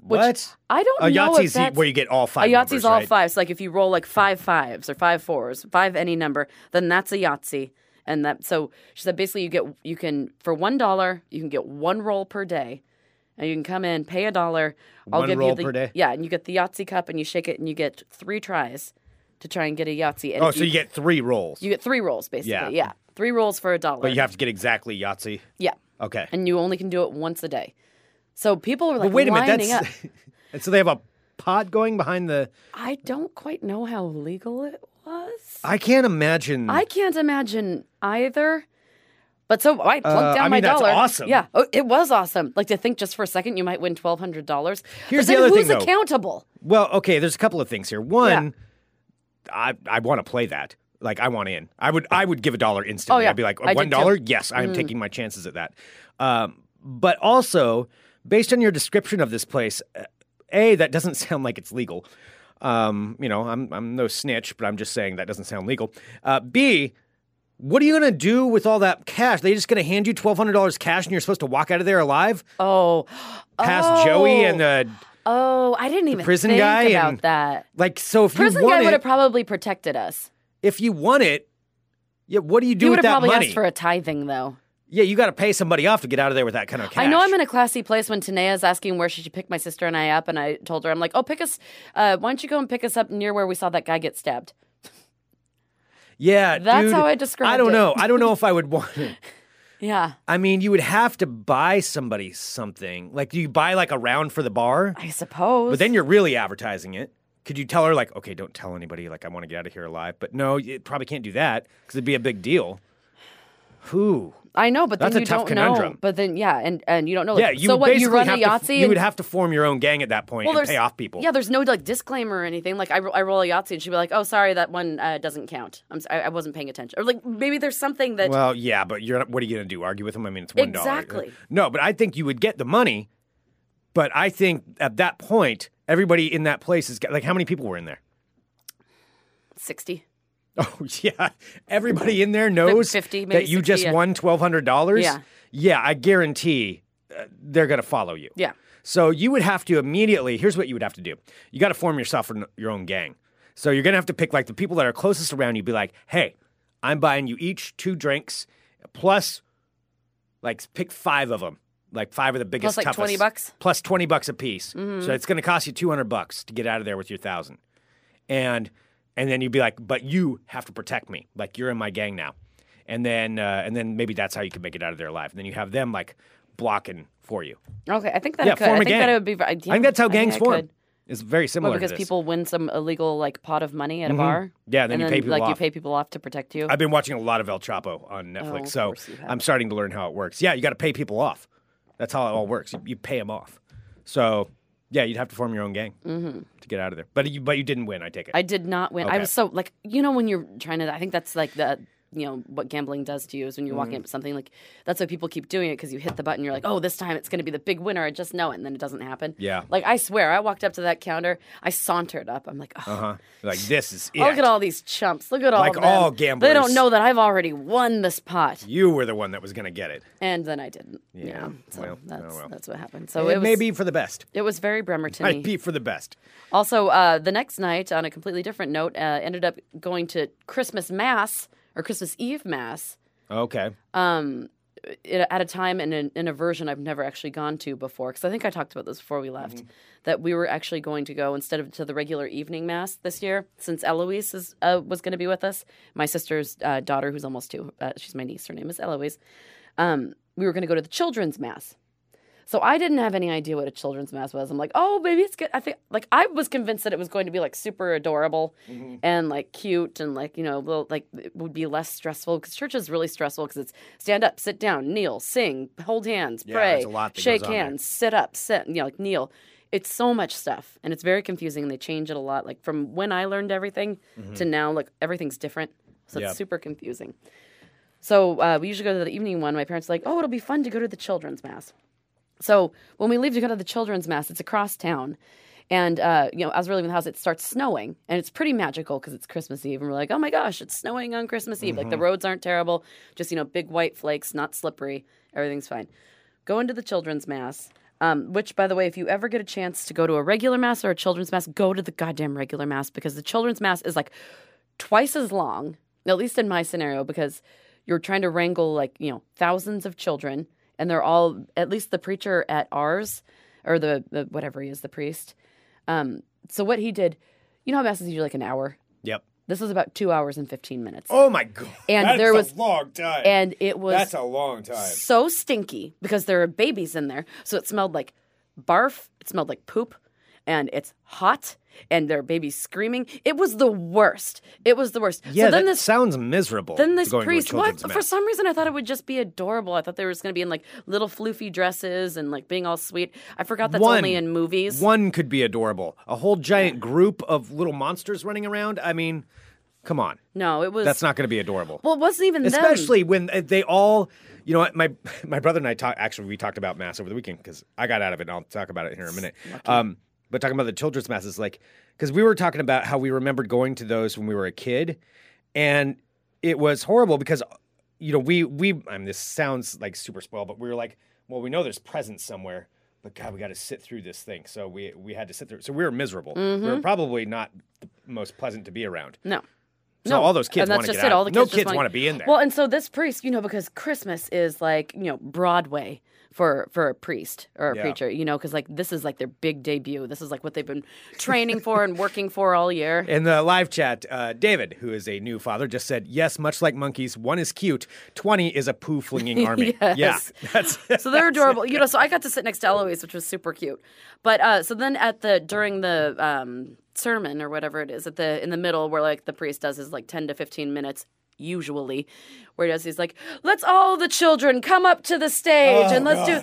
[SPEAKER 7] Which
[SPEAKER 6] what?
[SPEAKER 7] I don't
[SPEAKER 6] A
[SPEAKER 7] know if
[SPEAKER 6] Yahtzee's
[SPEAKER 7] that's
[SPEAKER 6] where you get all five.
[SPEAKER 7] a Yahtzee's
[SPEAKER 6] numbers,
[SPEAKER 7] all
[SPEAKER 6] right?
[SPEAKER 7] fives. Like if you roll like five fives or five fours, five any number, then that's a Yahtzee. And that so she said basically you get you can for one dollar you can get one roll per day, and you can come in pay a dollar. I'll
[SPEAKER 6] One
[SPEAKER 7] give
[SPEAKER 6] roll
[SPEAKER 7] you the,
[SPEAKER 6] per day?
[SPEAKER 7] Yeah, and you get the Yahtzee cup and you shake it and you get three tries to try and get a Yahtzee. And
[SPEAKER 6] Oh,
[SPEAKER 7] if
[SPEAKER 6] so you get three rolls,
[SPEAKER 7] you get three rolls basically.
[SPEAKER 6] Yeah.
[SPEAKER 7] Yeah, three rolls for a dollar.
[SPEAKER 6] but you have to get exactly Yahtzee.
[SPEAKER 7] yeah,
[SPEAKER 6] Okay.
[SPEAKER 7] and you only can do it once a day. So people are like,
[SPEAKER 6] but wait a minute.
[SPEAKER 7] lining
[SPEAKER 6] That's
[SPEAKER 7] up.
[SPEAKER 6] and so they have a pod going behind the.
[SPEAKER 7] I don't quite know how legal it was.
[SPEAKER 6] I can't imagine.
[SPEAKER 7] I can't imagine either. But so I plunked
[SPEAKER 6] Uh,
[SPEAKER 7] down
[SPEAKER 6] I
[SPEAKER 7] my
[SPEAKER 6] mean, that's
[SPEAKER 7] dollar.
[SPEAKER 6] awesome.
[SPEAKER 7] Yeah, oh, it was awesome. Like to think just for a second you might win twelve hundred dollars.
[SPEAKER 6] Here's the
[SPEAKER 7] but then
[SPEAKER 6] other
[SPEAKER 7] who's
[SPEAKER 6] thing, though.
[SPEAKER 7] accountable?
[SPEAKER 6] Well, okay. There's a couple of things here. One, I I want to play that. Like I want in. I would I would give a dollar instantly.
[SPEAKER 7] Oh, yeah.
[SPEAKER 6] I'd be like
[SPEAKER 7] I did Mm-hmm.
[SPEAKER 6] one dollar. Yes, I am taking my chances at that. Um, but also, based on your description of this place, uh, a that doesn't sound like it's legal. Um, you know, I'm I'm no snitch, but I'm just saying that doesn't sound legal. Uh, B. What are you gonna do with all that cash? They just gonna hand you twelve hundred dollars cash, and you're supposed to walk out of there alive?
[SPEAKER 7] Oh,
[SPEAKER 6] Past Joey
[SPEAKER 7] Oh.
[SPEAKER 6] and uh,
[SPEAKER 7] oh, I didn't even
[SPEAKER 6] prison
[SPEAKER 7] think
[SPEAKER 6] guy
[SPEAKER 7] about
[SPEAKER 6] and-
[SPEAKER 7] that.
[SPEAKER 6] like. So if
[SPEAKER 7] Prison
[SPEAKER 6] you
[SPEAKER 7] guy
[SPEAKER 6] want
[SPEAKER 7] would
[SPEAKER 6] it,
[SPEAKER 7] have probably protected us.
[SPEAKER 6] if you want it, yeah, what do you do
[SPEAKER 7] he would
[SPEAKER 6] with
[SPEAKER 7] have
[SPEAKER 6] that
[SPEAKER 7] probably
[SPEAKER 6] money?
[SPEAKER 7] asked for a tithing though.
[SPEAKER 6] yeah, you got to pay somebody off to get out of there with that kind of cash.
[SPEAKER 7] I know I'm in a classy place when Tanea's asking where she should pick my sister and I up, and I told her I'm like, oh, pick us. Uh, why don't you go and pick us up near where we saw that guy get stabbed?
[SPEAKER 6] Yeah,
[SPEAKER 7] That's
[SPEAKER 6] dude,
[SPEAKER 7] how I described
[SPEAKER 6] I don't
[SPEAKER 7] it.
[SPEAKER 6] know. I don't know if I would want. it.
[SPEAKER 7] Yeah,
[SPEAKER 6] I mean, you would have to buy somebody something. Like, do you buy like a round for the bar?
[SPEAKER 7] I suppose.
[SPEAKER 6] But then you're really advertising it. Could you tell her like, okay, don't tell anybody. Like, I want to get out of here alive. But no, you probably can't do that because it'd be a big deal. Who?
[SPEAKER 7] I know, but
[SPEAKER 6] That's a
[SPEAKER 7] then you
[SPEAKER 6] tough
[SPEAKER 7] don't know.
[SPEAKER 6] conundrum.
[SPEAKER 7] But then, yeah, and and you don't know. like,
[SPEAKER 6] Yeah, you
[SPEAKER 7] so
[SPEAKER 6] would
[SPEAKER 7] what? You
[SPEAKER 6] basically
[SPEAKER 7] run a
[SPEAKER 6] have to f-
[SPEAKER 7] Yahtzee.
[SPEAKER 6] you
[SPEAKER 7] and-
[SPEAKER 6] would have to form your own gang at that point and
[SPEAKER 7] there's-
[SPEAKER 6] pay off people.
[SPEAKER 7] Yeah, there's no like disclaimer or anything. Like I, ro- I roll a Yahtzee, and she'd be like, "Oh, sorry, that one uh, doesn't count. I'm sorry, I wasn't paying attention." Or like maybe there's something that
[SPEAKER 6] Well, yeah, but you're not, what are you going to do? Argue with them? I mean, it's one dollar.
[SPEAKER 7] Exactly.
[SPEAKER 6] No, but I think you would get the money. But I think at that point, everybody in that place is like, how many people were in there?
[SPEAKER 7] sixty.
[SPEAKER 6] Oh yeah, everybody in there
[SPEAKER 7] Like
[SPEAKER 6] knows
[SPEAKER 7] 50, maybe
[SPEAKER 6] that you
[SPEAKER 7] 60,
[SPEAKER 6] just
[SPEAKER 7] yeah.
[SPEAKER 6] won twelve hundred dollars.
[SPEAKER 7] Yeah.
[SPEAKER 6] Yeah, I guarantee uh, they're going to follow you.
[SPEAKER 7] Yeah.
[SPEAKER 6] So you would have to immediately. Here's what you would have to do. You got to form yourself an- your own gang. So you're going to have to pick like the people that are closest around you. Be like, hey, I'm buying you each two drinks, plus, like, pick five of them. Like five of the biggest,
[SPEAKER 7] like,
[SPEAKER 6] toughest,
[SPEAKER 7] 20 bucks? Mm-hmm.
[SPEAKER 6] plus twenty bucks a piece. So it's going to cost you two hundred bucks to get out of there with your thousand, and and then you'd be like, but you have to protect me, like you're in my gang now, and then uh, and then maybe that's how you can make it out of there alive. And then you have them like blocking for you.
[SPEAKER 7] Okay, I think that
[SPEAKER 6] Yeah,
[SPEAKER 7] I could.
[SPEAKER 6] form
[SPEAKER 7] I
[SPEAKER 6] a
[SPEAKER 7] think
[SPEAKER 6] gang.
[SPEAKER 7] that would be. I, yeah,
[SPEAKER 6] I think that's how
[SPEAKER 7] I
[SPEAKER 6] gangs
[SPEAKER 7] I
[SPEAKER 6] form.
[SPEAKER 7] could.
[SPEAKER 6] It's very
[SPEAKER 7] Well,
[SPEAKER 6] similar to
[SPEAKER 7] because
[SPEAKER 6] this.
[SPEAKER 7] people win some illegal like pot of money at a bar.
[SPEAKER 6] Mm-hmm. Yeah, and then you pay people
[SPEAKER 7] like you
[SPEAKER 6] off.
[SPEAKER 7] pay people off to protect you.
[SPEAKER 6] I've been watching a lot of El Chapo on
[SPEAKER 7] Oh,
[SPEAKER 6] Netflix,
[SPEAKER 7] of
[SPEAKER 6] so
[SPEAKER 7] course you have.
[SPEAKER 6] I'm starting to learn how it works. Yeah, you got to pay people off. That's how it all works. You, you pay them off. So yeah, you'd have to form your own gang to get out of there. But you, but you didn't win. I take it.
[SPEAKER 7] Mm-hmm. I did not win.
[SPEAKER 6] Okay.
[SPEAKER 7] I was so like you know when you're trying to. I think that's like the you know what gambling does to you is when you're
[SPEAKER 6] Mm.
[SPEAKER 7] walking up to something like that's why people keep doing it because you hit the button. You're like, oh, this time it's going to be the big winner. I just know it, and then it doesn't happen.
[SPEAKER 6] Yeah.
[SPEAKER 7] Like I swear, I walked up to that counter. I sauntered up. I'm like, oh,
[SPEAKER 6] huh? Like this is it.
[SPEAKER 7] look at all these chumps. Look at all
[SPEAKER 6] Uh-huh. Like
[SPEAKER 7] of them.
[SPEAKER 6] all
[SPEAKER 7] They
[SPEAKER 6] gamblers.
[SPEAKER 7] don't know that I've already won this pot,
[SPEAKER 6] You were the one that was going to get it.
[SPEAKER 7] and then I didn't. Yeah. So
[SPEAKER 6] well, oh,
[SPEAKER 7] that's
[SPEAKER 6] well.
[SPEAKER 7] that's what happened. So
[SPEAKER 6] it
[SPEAKER 7] Oh, it was
[SPEAKER 6] may be for the best.
[SPEAKER 7] it was very Bremerton.
[SPEAKER 6] Might be for the best.
[SPEAKER 7] Also, uh, the next night, on a completely different note, uh, ended up going to Christmas Mass or Christmas Eve Mass
[SPEAKER 6] Okay.
[SPEAKER 7] i- um, at a time and in, in a version I've never actually gone to before. Because I think I talked about this before we left that we were actually going to go instead of to the regular evening Mass this year, since Eloise is, uh, was going to be with us. My sister's uh, daughter, who's almost two, uh, she's my niece, her name is Eloise. Um, we were going to go to the children's Mass. So I didn't have any idea what a children's mass was. I'm like, oh, maybe it's good. I think like I was convinced that it was going to be like super adorable and like cute and like you know little, like it would be less stressful because church is really stressful because it's stand up, sit down, kneel, sing, hold hands,
[SPEAKER 6] Yeah,
[SPEAKER 7] pray,
[SPEAKER 6] there's a lot that goes
[SPEAKER 7] shake
[SPEAKER 6] on there.
[SPEAKER 7] hands, sit up, sit, you know, like kneel. It's so much stuff and it's very confusing and they change it a lot. Like from when I learned everything to
[SPEAKER 6] Mm-hmm.
[SPEAKER 7] now, like everything's different. So
[SPEAKER 6] Yeah.
[SPEAKER 7] it's super confusing. So uh, we usually go to the evening one. My parents are like, oh, it'll be fun to go to the children's mass. So when we leave to go to the children's mass, it's across town. And, uh, you know, as we're leaving the house, it starts snowing. And it's pretty magical because it's Christmas Eve. And we're like, oh my gosh, it's snowing on Christmas Eve. Like the roads aren't terrible, just, you know, big white flakes, not slippery. Everything's fine. Go into the children's mass. Um, which, by the way, if you ever get a chance to go to a regular mass or a children's mass, go to the goddamn regular mass because the children's mass is like twice as long, at least in my scenario, because you're trying to wrangle like, you know, thousands of children and they're all, at least the preacher at ours or the, the whatever he is, the priest. Um, so what he did, you know how mass is usually like an hour?
[SPEAKER 6] Yep.
[SPEAKER 7] This was about two hours and 15 minutes.
[SPEAKER 6] Oh my god.
[SPEAKER 7] And
[SPEAKER 6] That's
[SPEAKER 7] there
[SPEAKER 6] a
[SPEAKER 7] was-
[SPEAKER 6] long time.
[SPEAKER 7] And it was
[SPEAKER 6] That's a long time.
[SPEAKER 7] so stinky because there are babies in there. So it smelled like barf, it smelled like poop, and it's hot, and there are babies screaming. It was the worst. It was the worst.
[SPEAKER 6] Yeah,
[SPEAKER 7] so then
[SPEAKER 6] that
[SPEAKER 7] this
[SPEAKER 6] sounds miserable.
[SPEAKER 7] then this
[SPEAKER 6] going to a
[SPEAKER 7] priest what
[SPEAKER 6] children's
[SPEAKER 7] for
[SPEAKER 6] mass.
[SPEAKER 7] some reason I thought it would just be adorable. I thought they were just gonna be in like little floofy dresses and like being all sweet. I forgot that's only in movies.
[SPEAKER 6] One could be adorable. A whole giant group of little monsters running around. I mean, come on.
[SPEAKER 7] No, it was
[SPEAKER 6] That's not going to be adorable.
[SPEAKER 7] well it wasn't even them.
[SPEAKER 6] Especially when uh, they all, you know, what, my my brother and I talked. Actually, we talked about mass over the weekend because I got out of it, and I'll talk about it here in a minute. Um, but talking about the children's masses, like, because we were talking about how we remembered going to those when we were a kid, and it was horrible because, you know, we we. I mean, this sounds like super spoiled, but we were like, well, we know there's presents somewhere. But God, we got to sit through this thing. So we we had to sit through. So we were miserable. We
[SPEAKER 7] Mm-hmm.
[SPEAKER 6] were probably not the most pleasant to be around.
[SPEAKER 7] No.
[SPEAKER 6] So all those kids
[SPEAKER 7] and that's
[SPEAKER 6] wanna
[SPEAKER 7] just
[SPEAKER 6] get
[SPEAKER 7] it.
[SPEAKER 6] out.
[SPEAKER 7] All the
[SPEAKER 6] No
[SPEAKER 7] kids just
[SPEAKER 6] kids
[SPEAKER 7] wanna-
[SPEAKER 6] wanna be in there.
[SPEAKER 7] Well, and so this priest, you know, because Christmas is like you know Broadway for for a priest or a
[SPEAKER 6] Yeah.
[SPEAKER 7] preacher, you know, because like this is like their big debut. This is like what they've been training for and working for all year.
[SPEAKER 6] In the live chat, uh, David, who is a new father, just said, "Yes, much like monkeys, one is cute, twenty is a poo flinging army."
[SPEAKER 7] Yes.
[SPEAKER 6] Yeah, that's
[SPEAKER 7] So they're adorable, you know. So I got to sit next to Eloise, which was super cute. But uh, so then at the during the um, sermon or whatever it is at the in the middle where like the priest does his like ten to fifteen minutes usually, where he does he's like, let's all the children come up to the stage and let's do.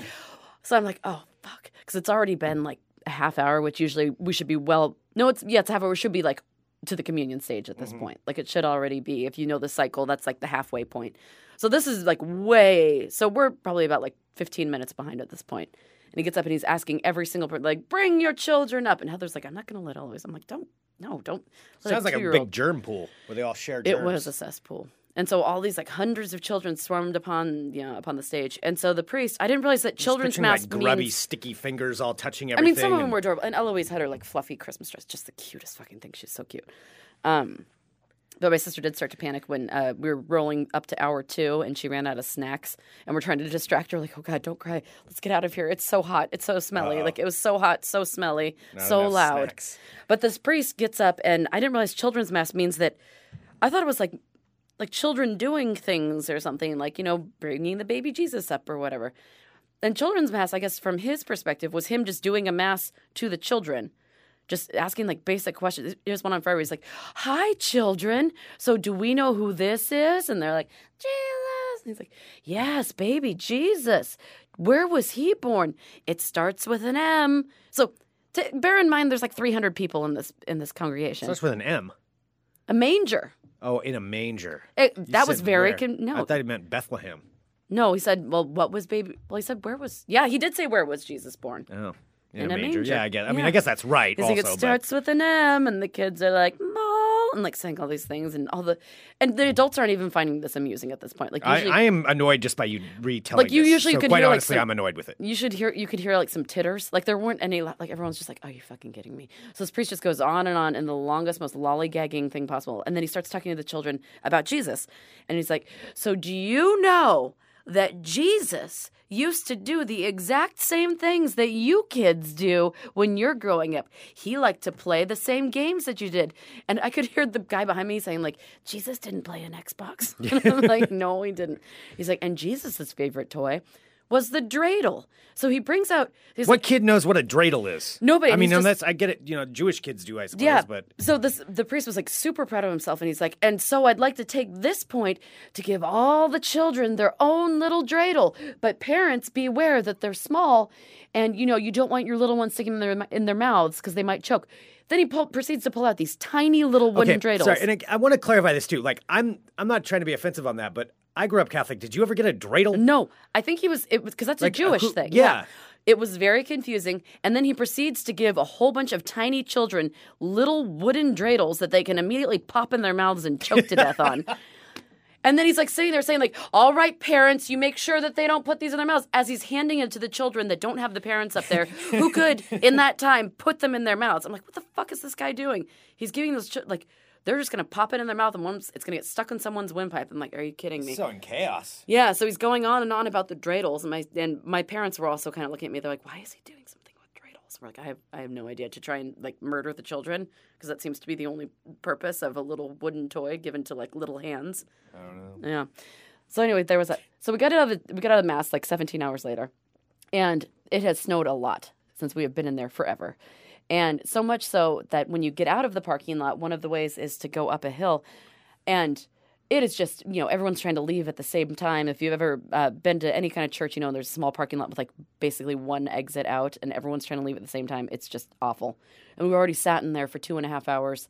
[SPEAKER 7] So I'm like, oh fuck, because it's already been like a half hour, which usually we should be well. No, it's yeah, it's half hour. We should be like to the communion stage at this
[SPEAKER 6] Mm-hmm.
[SPEAKER 7] point. Like it should already be. If you know the cycle, that's like the halfway point. So this is like way. So we're probably about like 15 minutes behind at this point. And he gets up and he's asking every single person, like, bring your children up. And Heather's like, I'm not going to let Eloise. I'm like, don't, no, don't. let
[SPEAKER 6] sounds like a
[SPEAKER 7] two-year-old
[SPEAKER 6] big germ pool where they all share. Germs.
[SPEAKER 7] it was a cesspool. And so all these like hundreds of children swarmed upon you know, upon the stage. And so the priest, I didn't realize that
[SPEAKER 6] Just
[SPEAKER 7] children's
[SPEAKER 6] picturing,
[SPEAKER 7] mass
[SPEAKER 6] like grubby,
[SPEAKER 7] means
[SPEAKER 6] sticky fingers all touching
[SPEAKER 7] I
[SPEAKER 6] everything.
[SPEAKER 7] mean, some of them
[SPEAKER 6] and-
[SPEAKER 7] were adorable. And Eloise had her like fluffy Christmas dress, just the cutest fucking thing. She's so cute. Um, but my sister did start to panic when uh, we were rolling up to hour two, and she ran out of snacks. And we're trying to distract her, like, "Oh God, don't cry. Let's get out of here. It's so hot. It's so smelly. Like it was so hot, so smelly, so
[SPEAKER 6] enough
[SPEAKER 7] loud."
[SPEAKER 6] snacks.
[SPEAKER 7] But this priest gets up, and I didn't realize children's mass means that. I thought it was like like children doing things or something, like you know, bringing the baby Jesus up or whatever and children's mass, I guess, from his perspective, was him just doing a mass to the children. just asking like basic questions. Here's one on Friday. He's like, "Hi, children. So do we know who this is?" And they're like, "Jesus." And he's like, "Yes, baby Jesus. Where was he born? It starts with an M." So t- bear in mind, there's like 300 people in this in this congregation.
[SPEAKER 6] Starts with an M.
[SPEAKER 7] a manger.
[SPEAKER 6] Oh, in a manger.
[SPEAKER 7] It-
[SPEAKER 6] You
[SPEAKER 7] that was
[SPEAKER 6] said
[SPEAKER 7] very
[SPEAKER 6] where?
[SPEAKER 7] con- no.
[SPEAKER 6] I thought he meant Bethlehem.
[SPEAKER 7] No, he said, well, what was baby? Well, he said, where was, yeah, he did say, where was Jesus born?
[SPEAKER 6] Oh, in,
[SPEAKER 7] In
[SPEAKER 6] a,
[SPEAKER 7] a
[SPEAKER 6] manger.
[SPEAKER 7] manger.
[SPEAKER 6] Yeah, I guess. I mean,
[SPEAKER 7] Yeah.
[SPEAKER 6] I guess that's right.
[SPEAKER 7] He's like, it
[SPEAKER 6] also, but-
[SPEAKER 7] starts with an M, and the kids are like, mall, and like saying all these things, and all the, and the adults aren't even finding this amusing at this point. Like,
[SPEAKER 6] I,
[SPEAKER 7] usually,
[SPEAKER 6] I am annoyed just by you retelling.
[SPEAKER 7] Like, you
[SPEAKER 6] this,
[SPEAKER 7] usually
[SPEAKER 6] so
[SPEAKER 7] could
[SPEAKER 6] quite
[SPEAKER 7] hear, like,
[SPEAKER 6] honestly,
[SPEAKER 7] some-
[SPEAKER 6] I'm annoyed with it.
[SPEAKER 7] you should hear, you could hear like some titters. Like, there weren't any, la- like, everyone's just like, oh, you fucking kidding me. So this priest just goes on and on in the longest, most lollygagging thing possible. And then he starts talking to the children about Jesus. And he's like, so do you know that Jesus used to do the exact same things that you kids do when you're growing up. He liked to play the same games that you did. And I could hear the guy behind me saying, like, Jesus didn't play an Xbox. and I'm like, no, he didn't. He's like, and Jesus' favorite toy was the dreidel. So he brings out he's
[SPEAKER 6] What
[SPEAKER 7] like,
[SPEAKER 6] kid knows what a dreidel is?
[SPEAKER 7] Nobody,
[SPEAKER 6] I
[SPEAKER 7] he's
[SPEAKER 6] mean,
[SPEAKER 7] just-
[SPEAKER 6] unless I get it, you know, Jewish kids do, I suppose.
[SPEAKER 7] yeah.
[SPEAKER 6] But
[SPEAKER 7] So this the priest was like super proud of himself and he's like, and so I'd like to take this point to give all the children their own little dreidel. But parents beware that they're small and you know, you don't want your little ones sticking in their in their mouths because they might choke. Then he pull, proceeds to pull out these tiny little wooden dreidels.
[SPEAKER 6] Sorry, and I, I want to clarify this too. Like, I'm I'm not trying to be offensive on that, but I grew up Catholic. Did you ever get a dreidel?
[SPEAKER 7] No, I think he was it was because that's
[SPEAKER 6] Like,
[SPEAKER 7] a
[SPEAKER 6] uh,
[SPEAKER 7] Jewish
[SPEAKER 6] who-
[SPEAKER 7] thing.
[SPEAKER 6] yeah.
[SPEAKER 7] It was very confusing. And then he proceeds to give a whole bunch of tiny children little wooden dreidels that they can immediately pop in their mouths and choke to death on. And then he's like sitting there saying, like, all right, parents, you make sure that they don't put these in their mouths as he's handing it to the children that don't have the parents up there who could, in that time, put them in their mouths. I'm like, what the fuck is this guy doing? He's giving those, chil- like, they're just gonna pop it in their mouth and one's, it's gonna get stuck in someone's windpipe. I'm like, are you kidding me?
[SPEAKER 6] So in chaos.
[SPEAKER 7] Yeah, so he's going on and on about the dreidels, and my and my parents were also kind of looking at me. They're like, "Why is he doing something with dreidels?" We're like, "I have I have no idea." To try and like murder the children because that seems to be the only purpose of a little wooden toy given to like little hands. I don't know. Yeah. So anyway, there was a so we got out of the, we got out of mass like 17 hours later, and it has snowed a lot since we have been in there forever. And so much so that when you get out of the parking lot, one of the ways is to go up a hill. And it is just, you know, everyone's trying to leave at the same time. If you've ever uh, been to any kind of church, you know, there's a small parking lot with like basically one exit out and everyone's trying to leave at the same time. It's just awful. And we already sat in there for two and a half hours.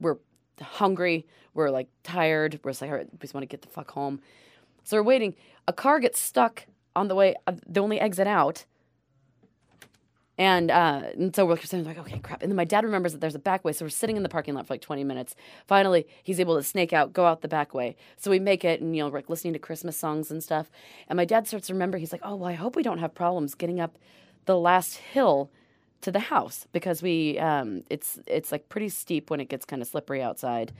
[SPEAKER 7] We're hungry. We're like tired. We're just like, all right, we just want to get the fuck home. So we're waiting. A car gets stuck on the way, uh, the only exit out. And, uh, and so we're sitting there like, okay, crap. And then my dad remembers that there's a back way. So we're sitting in the parking lot for like 20 minutes. Finally, he's able to snake out, go out the back way. So we make it, and, you know, we're like listening to Christmas songs and stuff. And my dad starts to remember, he's like, oh, well, I hope we don't have problems getting up the last hill to the house because we, um, it's, it's like pretty steep when it gets kind of slippery outside.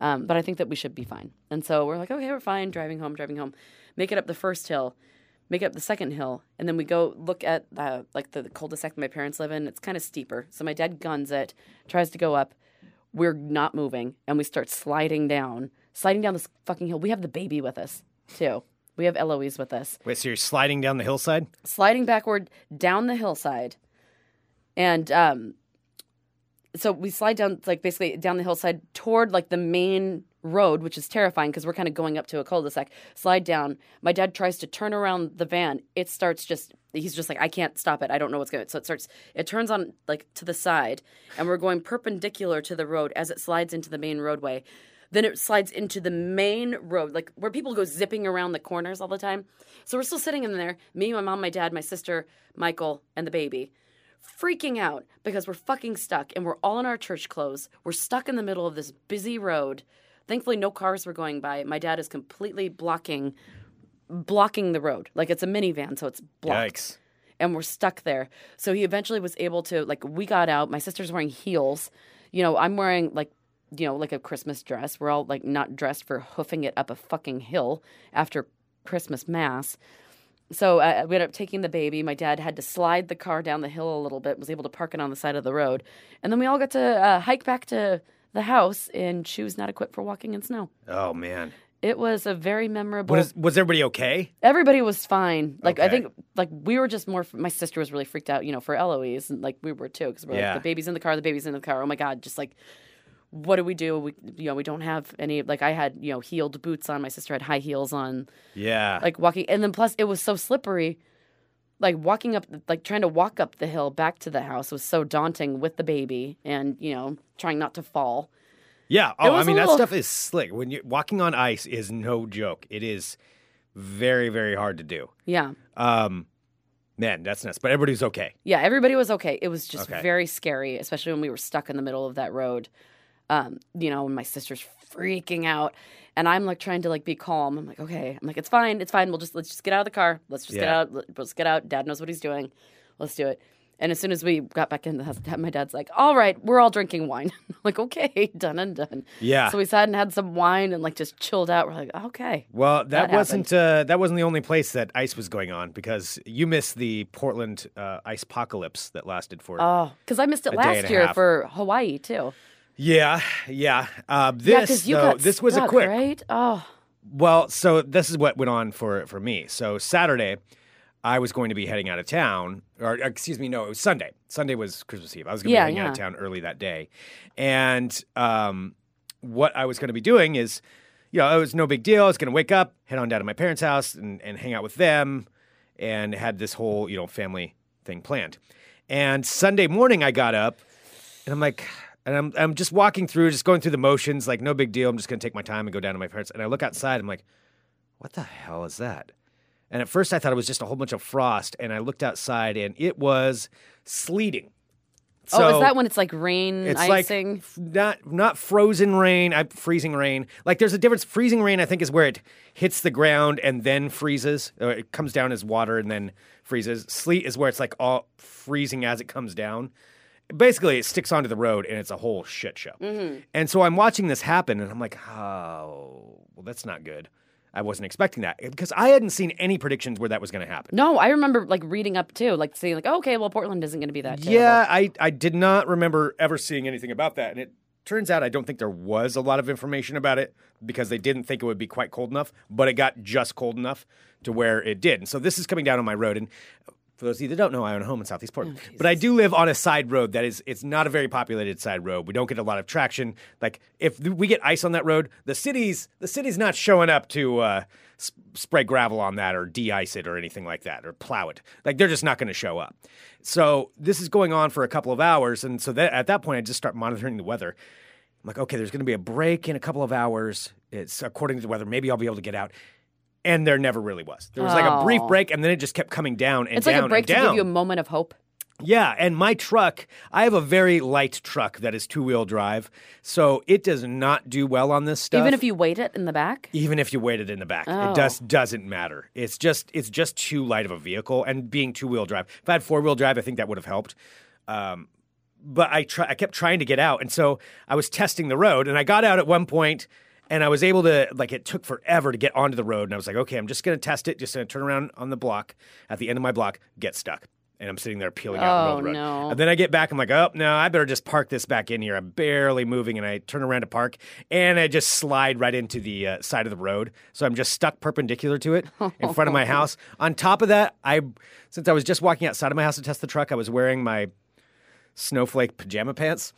[SPEAKER 7] Um, but I think that we should be fine. And so we're like, okay, we're fine. Driving home, driving home. Make it up the first hill make up the second hill, and then we go look at uh, like the, cul-de-sac that my parents live in. It's kind of steeper, so my dad guns it, tries to go up. We're not moving, and we start sliding down, sliding down this fucking hill. We have the baby with us too. We have Eloise with us,
[SPEAKER 6] Wait, so you're sliding down the hillside?
[SPEAKER 7] sliding backward down the hillside, and um, so we slide down like basically down the hillside toward like the main road which is terrifying because we're kind of going up to a cul-de-sac slide down my dad tries to turn around the van it starts just he's just like i can't stop it i don't know what's going to so it starts it turns on like to the side and we're going perpendicular to the road as it slides into the main roadway then it slides into the main road like where people go zipping around the corners all the time so we're still sitting in there me my mom my dad my sister michael and the baby freaking out because we're fucking stuck and we're all in our church clothes. We're stuck in the middle of this busy road. Thankfully, no cars were going by. My dad is completely blocking blocking the road. Like it's a minivan, so it's blocked.
[SPEAKER 6] Yikes.
[SPEAKER 7] And we're stuck there. So he eventually was able to like we got out. My sister's wearing heels. You know, I'm wearing like you know, like a Christmas dress. We're all like not dressed for hoofing it up a fucking hill after Christmas mass so uh, we ended up taking the baby. My dad had to slide the car down the hill a little bit, was able to park it on the side of the road. And then we all got to uh, hike back to the house in shoes not equipped for walking in snow.
[SPEAKER 6] Oh man.
[SPEAKER 7] It was a very memorable.
[SPEAKER 6] What is, was everybody okay?
[SPEAKER 7] Everybody was fine. Like I
[SPEAKER 6] Okay.
[SPEAKER 7] think, like we were just more. My sister was really freaked out, you know, for Eloise, and like we were too, because we're
[SPEAKER 6] Yeah.
[SPEAKER 7] like the baby's in the car, the baby's in the car. Oh my god, just like, what do we do? We, you know, we don't have any. Like I had, you know, heeled boots on. My sister had high heels on.
[SPEAKER 6] Yeah.
[SPEAKER 7] Like walking, and then plus it was so slippery. Like walking up, like trying to walk up the hill back to the house was so daunting with the baby, and you know, trying not to fall.
[SPEAKER 6] yeah. Oh, I
[SPEAKER 7] was a
[SPEAKER 6] mean,
[SPEAKER 7] little-
[SPEAKER 6] that stuff is slick. When you're walking on ice is no joke. It is very, very hard to do.
[SPEAKER 7] Yeah,
[SPEAKER 6] Um, man, that's nuts. But everybody's okay.
[SPEAKER 7] Yeah, everybody was okay. It was just
[SPEAKER 6] Okay.
[SPEAKER 7] very scary, especially when we were stuck in the middle of that road. Um, you know, and my sister's freaking out, and I'm like trying to like be calm. I'm like, okay, I'm like, it's fine, it's fine. We'll just let's just get out of the car. Let's just get
[SPEAKER 6] Yeah.
[SPEAKER 7] out. let- Let's get out. Dad knows what he's doing. Let's do it. And as soon as we got back in the house, Dad- my dad's like, "All right, we're all drinking wine." I'm like, okay, done and done.
[SPEAKER 6] Yeah.
[SPEAKER 7] So we sat and had some wine and like just chilled out. We're like, okay,
[SPEAKER 6] Well, that,
[SPEAKER 7] That
[SPEAKER 6] wasn't uh, that wasn't the only place that ice was going on because you missed the Portland uh, ice apocalypse that lasted for.
[SPEAKER 7] oh, because I missed it
[SPEAKER 6] A day and
[SPEAKER 7] last
[SPEAKER 6] a
[SPEAKER 7] year
[SPEAKER 6] half.
[SPEAKER 7] for Hawaii too.
[SPEAKER 6] yeah, yeah. Uh,
[SPEAKER 7] yeah,
[SPEAKER 6] this
[SPEAKER 7] because you
[SPEAKER 6] though,
[SPEAKER 7] got
[SPEAKER 6] this was a
[SPEAKER 7] stuck,
[SPEAKER 6] quick.
[SPEAKER 7] right? Oh.
[SPEAKER 6] Well, so this is what went on for for me. So Saturday, I was going to be heading out of town, or uh, excuse me, no, it was Sunday. Sunday was Christmas Eve. I was going to
[SPEAKER 7] Yeah,
[SPEAKER 6] be heading out of
[SPEAKER 7] yeah.
[SPEAKER 6] town early that day, and um, what I was going to be doing is, you know, it was no big deal. I was going to wake up, head on down to my parents' house, and and hang out with them, and had this whole you know family thing planned. And Sunday morning, I got up, and I'm like, and I'm I'm just walking through, just going through the motions, like no big deal. I'm just gonna take my time and go down to my parents. And I look outside, I'm like, what the hell is that? And at first I thought it was just a whole bunch of frost, and I looked outside and it was sleeting.
[SPEAKER 7] oh,
[SPEAKER 6] So
[SPEAKER 7] is that when it's like rain
[SPEAKER 6] it's
[SPEAKER 7] icing?
[SPEAKER 6] like f- not not frozen rain, I, freezing rain. Like there's a difference. Freezing rain, I think, is where it hits the ground and then freezes. Or it comes down as water and then freezes. Sleet is where it's like all freezing as it comes down. Basically, it sticks onto the road and it's a whole shit show.
[SPEAKER 7] Mm-hmm.
[SPEAKER 6] And so I'm watching this happen and I'm like, oh, well, that's not good. I wasn't expecting that because I hadn't seen any predictions where that was going to happen.
[SPEAKER 7] no, I remember like reading up too, like saying like, oh, okay, well, Portland isn't going to be that. Terrible.
[SPEAKER 6] Yeah, I, I did not remember ever seeing anything about that. And it turns out I don't think there was a lot of information about it because they didn't think it would be quite cold enough, but it got just cold enough to where it did. And so this is coming down on my road. And for those of you that don't know, I own a home in Southeast Portland.
[SPEAKER 7] Oh,
[SPEAKER 6] but I do live on a side road that is, it's not a very populated side road. We don't get a lot of traction. Like if we get ice on that road, the city's, the city's not showing up to, uh, sp- spray gravel on that or de-ice it or anything like that or plow it. Like they're just not going to show up. So this is going on for a couple of hours, and so that, at that point I just start monitoring the weather. I'm like, okay, there's going to be a break in a couple of hours. It's according to the weather. Maybe I'll be able to get out. And there never really was. There was like a brief
[SPEAKER 7] Oh.
[SPEAKER 6] break, and then it just kept coming down and
[SPEAKER 7] it's
[SPEAKER 6] down
[SPEAKER 7] like a break
[SPEAKER 6] and
[SPEAKER 7] to
[SPEAKER 6] down.
[SPEAKER 7] give you a moment of hope.
[SPEAKER 6] Yeah, and my truck, I have a very light truck that is two wheel drive, so it does not do well on this stuff
[SPEAKER 7] Even if you wait it in the back,
[SPEAKER 6] even if you waited in the back it
[SPEAKER 7] Oh.
[SPEAKER 6] just doesn't matter it's just it's just too light of a vehicle and being two-wheel drive if i had four-wheel drive i think that would have helped um, but i try, i kept trying to get out and so i was testing the road and i got out at one point and i was able to like it took forever to get onto the road and i was like okay i'm just going to test it just going to turn around on the block at the end of my block get stuck and I'm sitting there peeling out
[SPEAKER 7] Oh,
[SPEAKER 6] the road.
[SPEAKER 7] no.
[SPEAKER 6] And then I get back, I'm like, oh, no, I better just park this back in here. I'm barely moving. And I turn around to park and I just slide right into the uh, side of the road. So I'm just stuck perpendicular to it in front of my house. On top of that, I, since I was just walking outside of my house to test the truck, I was wearing my snowflake pajama pants.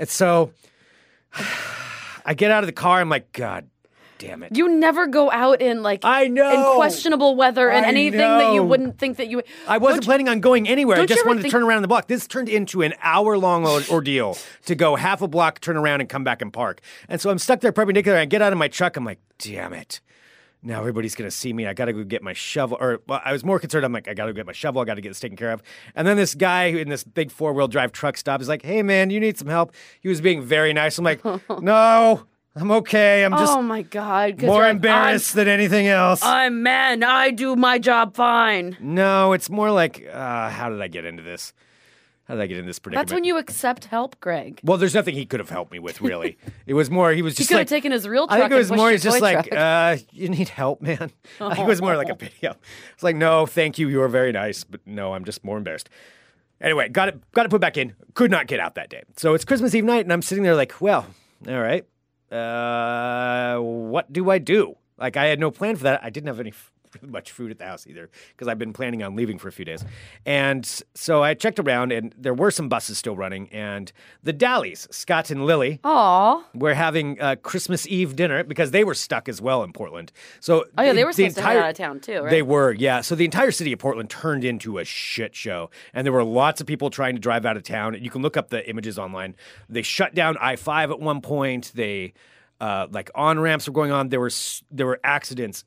[SPEAKER 6] And so I get out of the car. I'm like, God damn it.
[SPEAKER 7] you never go out in like
[SPEAKER 6] I know.
[SPEAKER 7] in questionable weather and
[SPEAKER 6] I
[SPEAKER 7] anything that you
[SPEAKER 6] know.
[SPEAKER 7] wouldn't think that you.
[SPEAKER 6] I wasn't
[SPEAKER 7] Don't-
[SPEAKER 6] planning on going anywhere. I
[SPEAKER 7] don't you
[SPEAKER 6] just
[SPEAKER 7] ever
[SPEAKER 6] wanted
[SPEAKER 7] think-
[SPEAKER 6] to turn around the block. This turned into an hour long ordeal to go half a block, turn around, and come back and park. And so I'm stuck there perpendicular. I get out of my truck. I'm like, damn it. Now everybody's going to see me. I got to go get my shovel. Or well, I was more concerned. I'm like, I got to go get my shovel. I got to get this taken care of. And then this guy in this big four wheel drive truck stop is like, hey, man, you need some help. He was being very nice. I'm like, no, I'm okay. I'm just
[SPEAKER 7] oh my god! 'cause you're
[SPEAKER 6] more
[SPEAKER 7] like,
[SPEAKER 6] embarrassed than anything else.
[SPEAKER 7] I'm, I'm man. I do my job fine.
[SPEAKER 6] No, it's more like, uh, how did I get into this? How did I get into this predicament?
[SPEAKER 7] That's when you accept help, Greg.
[SPEAKER 6] Well, there's nothing he could have helped me with, really. it was more, he was
[SPEAKER 7] He
[SPEAKER 6] just
[SPEAKER 7] could have
[SPEAKER 6] like,
[SPEAKER 7] taken his real
[SPEAKER 6] I
[SPEAKER 7] truck.
[SPEAKER 6] think it
[SPEAKER 7] and
[SPEAKER 6] was
[SPEAKER 7] pushed
[SPEAKER 6] more,
[SPEAKER 7] his
[SPEAKER 6] he's just
[SPEAKER 7] toy
[SPEAKER 6] like,
[SPEAKER 7] truck. Oh.
[SPEAKER 6] uh, you need help, man. I think it was more like a video. It's like, no, thank you. You are very nice, but no, I'm just more embarrassed. Anyway, got it, got it put back in. Could not get out that day. So it's Christmas Eve night, and I'm sitting there like, well, all right, uh, what do I do? Like I had no plan for that. I didn't have any f- much food at the house either because I've been planning on leaving for a few days. And s- so I checked around and there were some buses still running and the Dallies, Scott and Lily,
[SPEAKER 7] Aw.
[SPEAKER 6] were having a Christmas Eve dinner because they were stuck as well in Portland. So
[SPEAKER 7] Oh, yeah, they
[SPEAKER 6] the-
[SPEAKER 7] were
[SPEAKER 6] the
[SPEAKER 7] supposed to head
[SPEAKER 6] entire-
[SPEAKER 7] out of town, too, right?
[SPEAKER 6] They were, yeah. So the entire city of Portland turned into a shit show, and there were lots of people trying to drive out of town. You can look up the images online. They shut down I five at one point. They uh, like on ramps were going on. There were s- there were accidents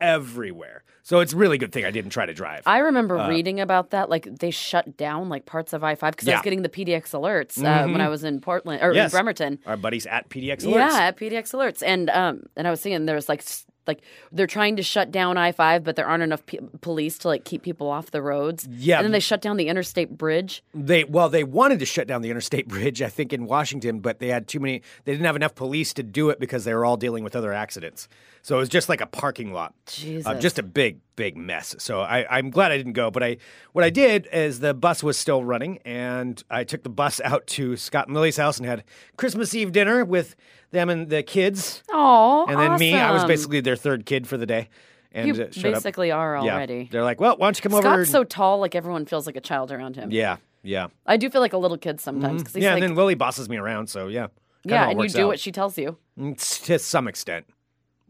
[SPEAKER 6] everywhere. So it's a really good thing I didn't try to drive.
[SPEAKER 7] I remember
[SPEAKER 6] Uh,
[SPEAKER 7] reading about that. Like they shut down like parts of I five because I
[SPEAKER 6] Yeah. Mm-hmm.
[SPEAKER 7] was getting the PDX alerts uh, when I was in Portland or
[SPEAKER 6] Yes.
[SPEAKER 7] in Bremerton.
[SPEAKER 6] Our buddies at PDX Alerts.
[SPEAKER 7] Yeah, at PDX alerts, and um, and I was seeing there was like s- like they're trying to shut down I five, but there aren't enough pe- police to like keep people off the roads.
[SPEAKER 6] Yeah. Uh,
[SPEAKER 7] and then they shut down the interstate bridge.
[SPEAKER 6] They well, they wanted to shut down the interstate bridge, I think, in Washington, but they had too many. They didn't have enough police to do it because they were all dealing with other accidents. So it was just like a parking lot, Uh,
[SPEAKER 7] Jesus.
[SPEAKER 6] just a big, big mess. So I, I'm glad I didn't go. But I, what I did is the bus was still running, and I took the bus out to Scott and Lily's house and had Christmas Eve dinner with them and the kids,
[SPEAKER 7] Oh,
[SPEAKER 6] and then me. I was basically their third kid for the day, and
[SPEAKER 7] you
[SPEAKER 6] uh, showed up.
[SPEAKER 7] basically are
[SPEAKER 6] Yeah.
[SPEAKER 7] already.
[SPEAKER 6] They're like, well, why don't you come over?
[SPEAKER 7] Scott's so tall, like everyone feels like a child around him.
[SPEAKER 6] yeah, yeah.
[SPEAKER 7] I do feel like a little kid sometimes because he's
[SPEAKER 6] Mm. yeah,
[SPEAKER 7] like,
[SPEAKER 6] and then Lily bosses me around, so yeah. Kinda
[SPEAKER 7] yeah,
[SPEAKER 6] all
[SPEAKER 7] and you
[SPEAKER 6] works
[SPEAKER 7] do
[SPEAKER 6] out.
[SPEAKER 7] what she tells you.
[SPEAKER 6] Mm, s- to some extent.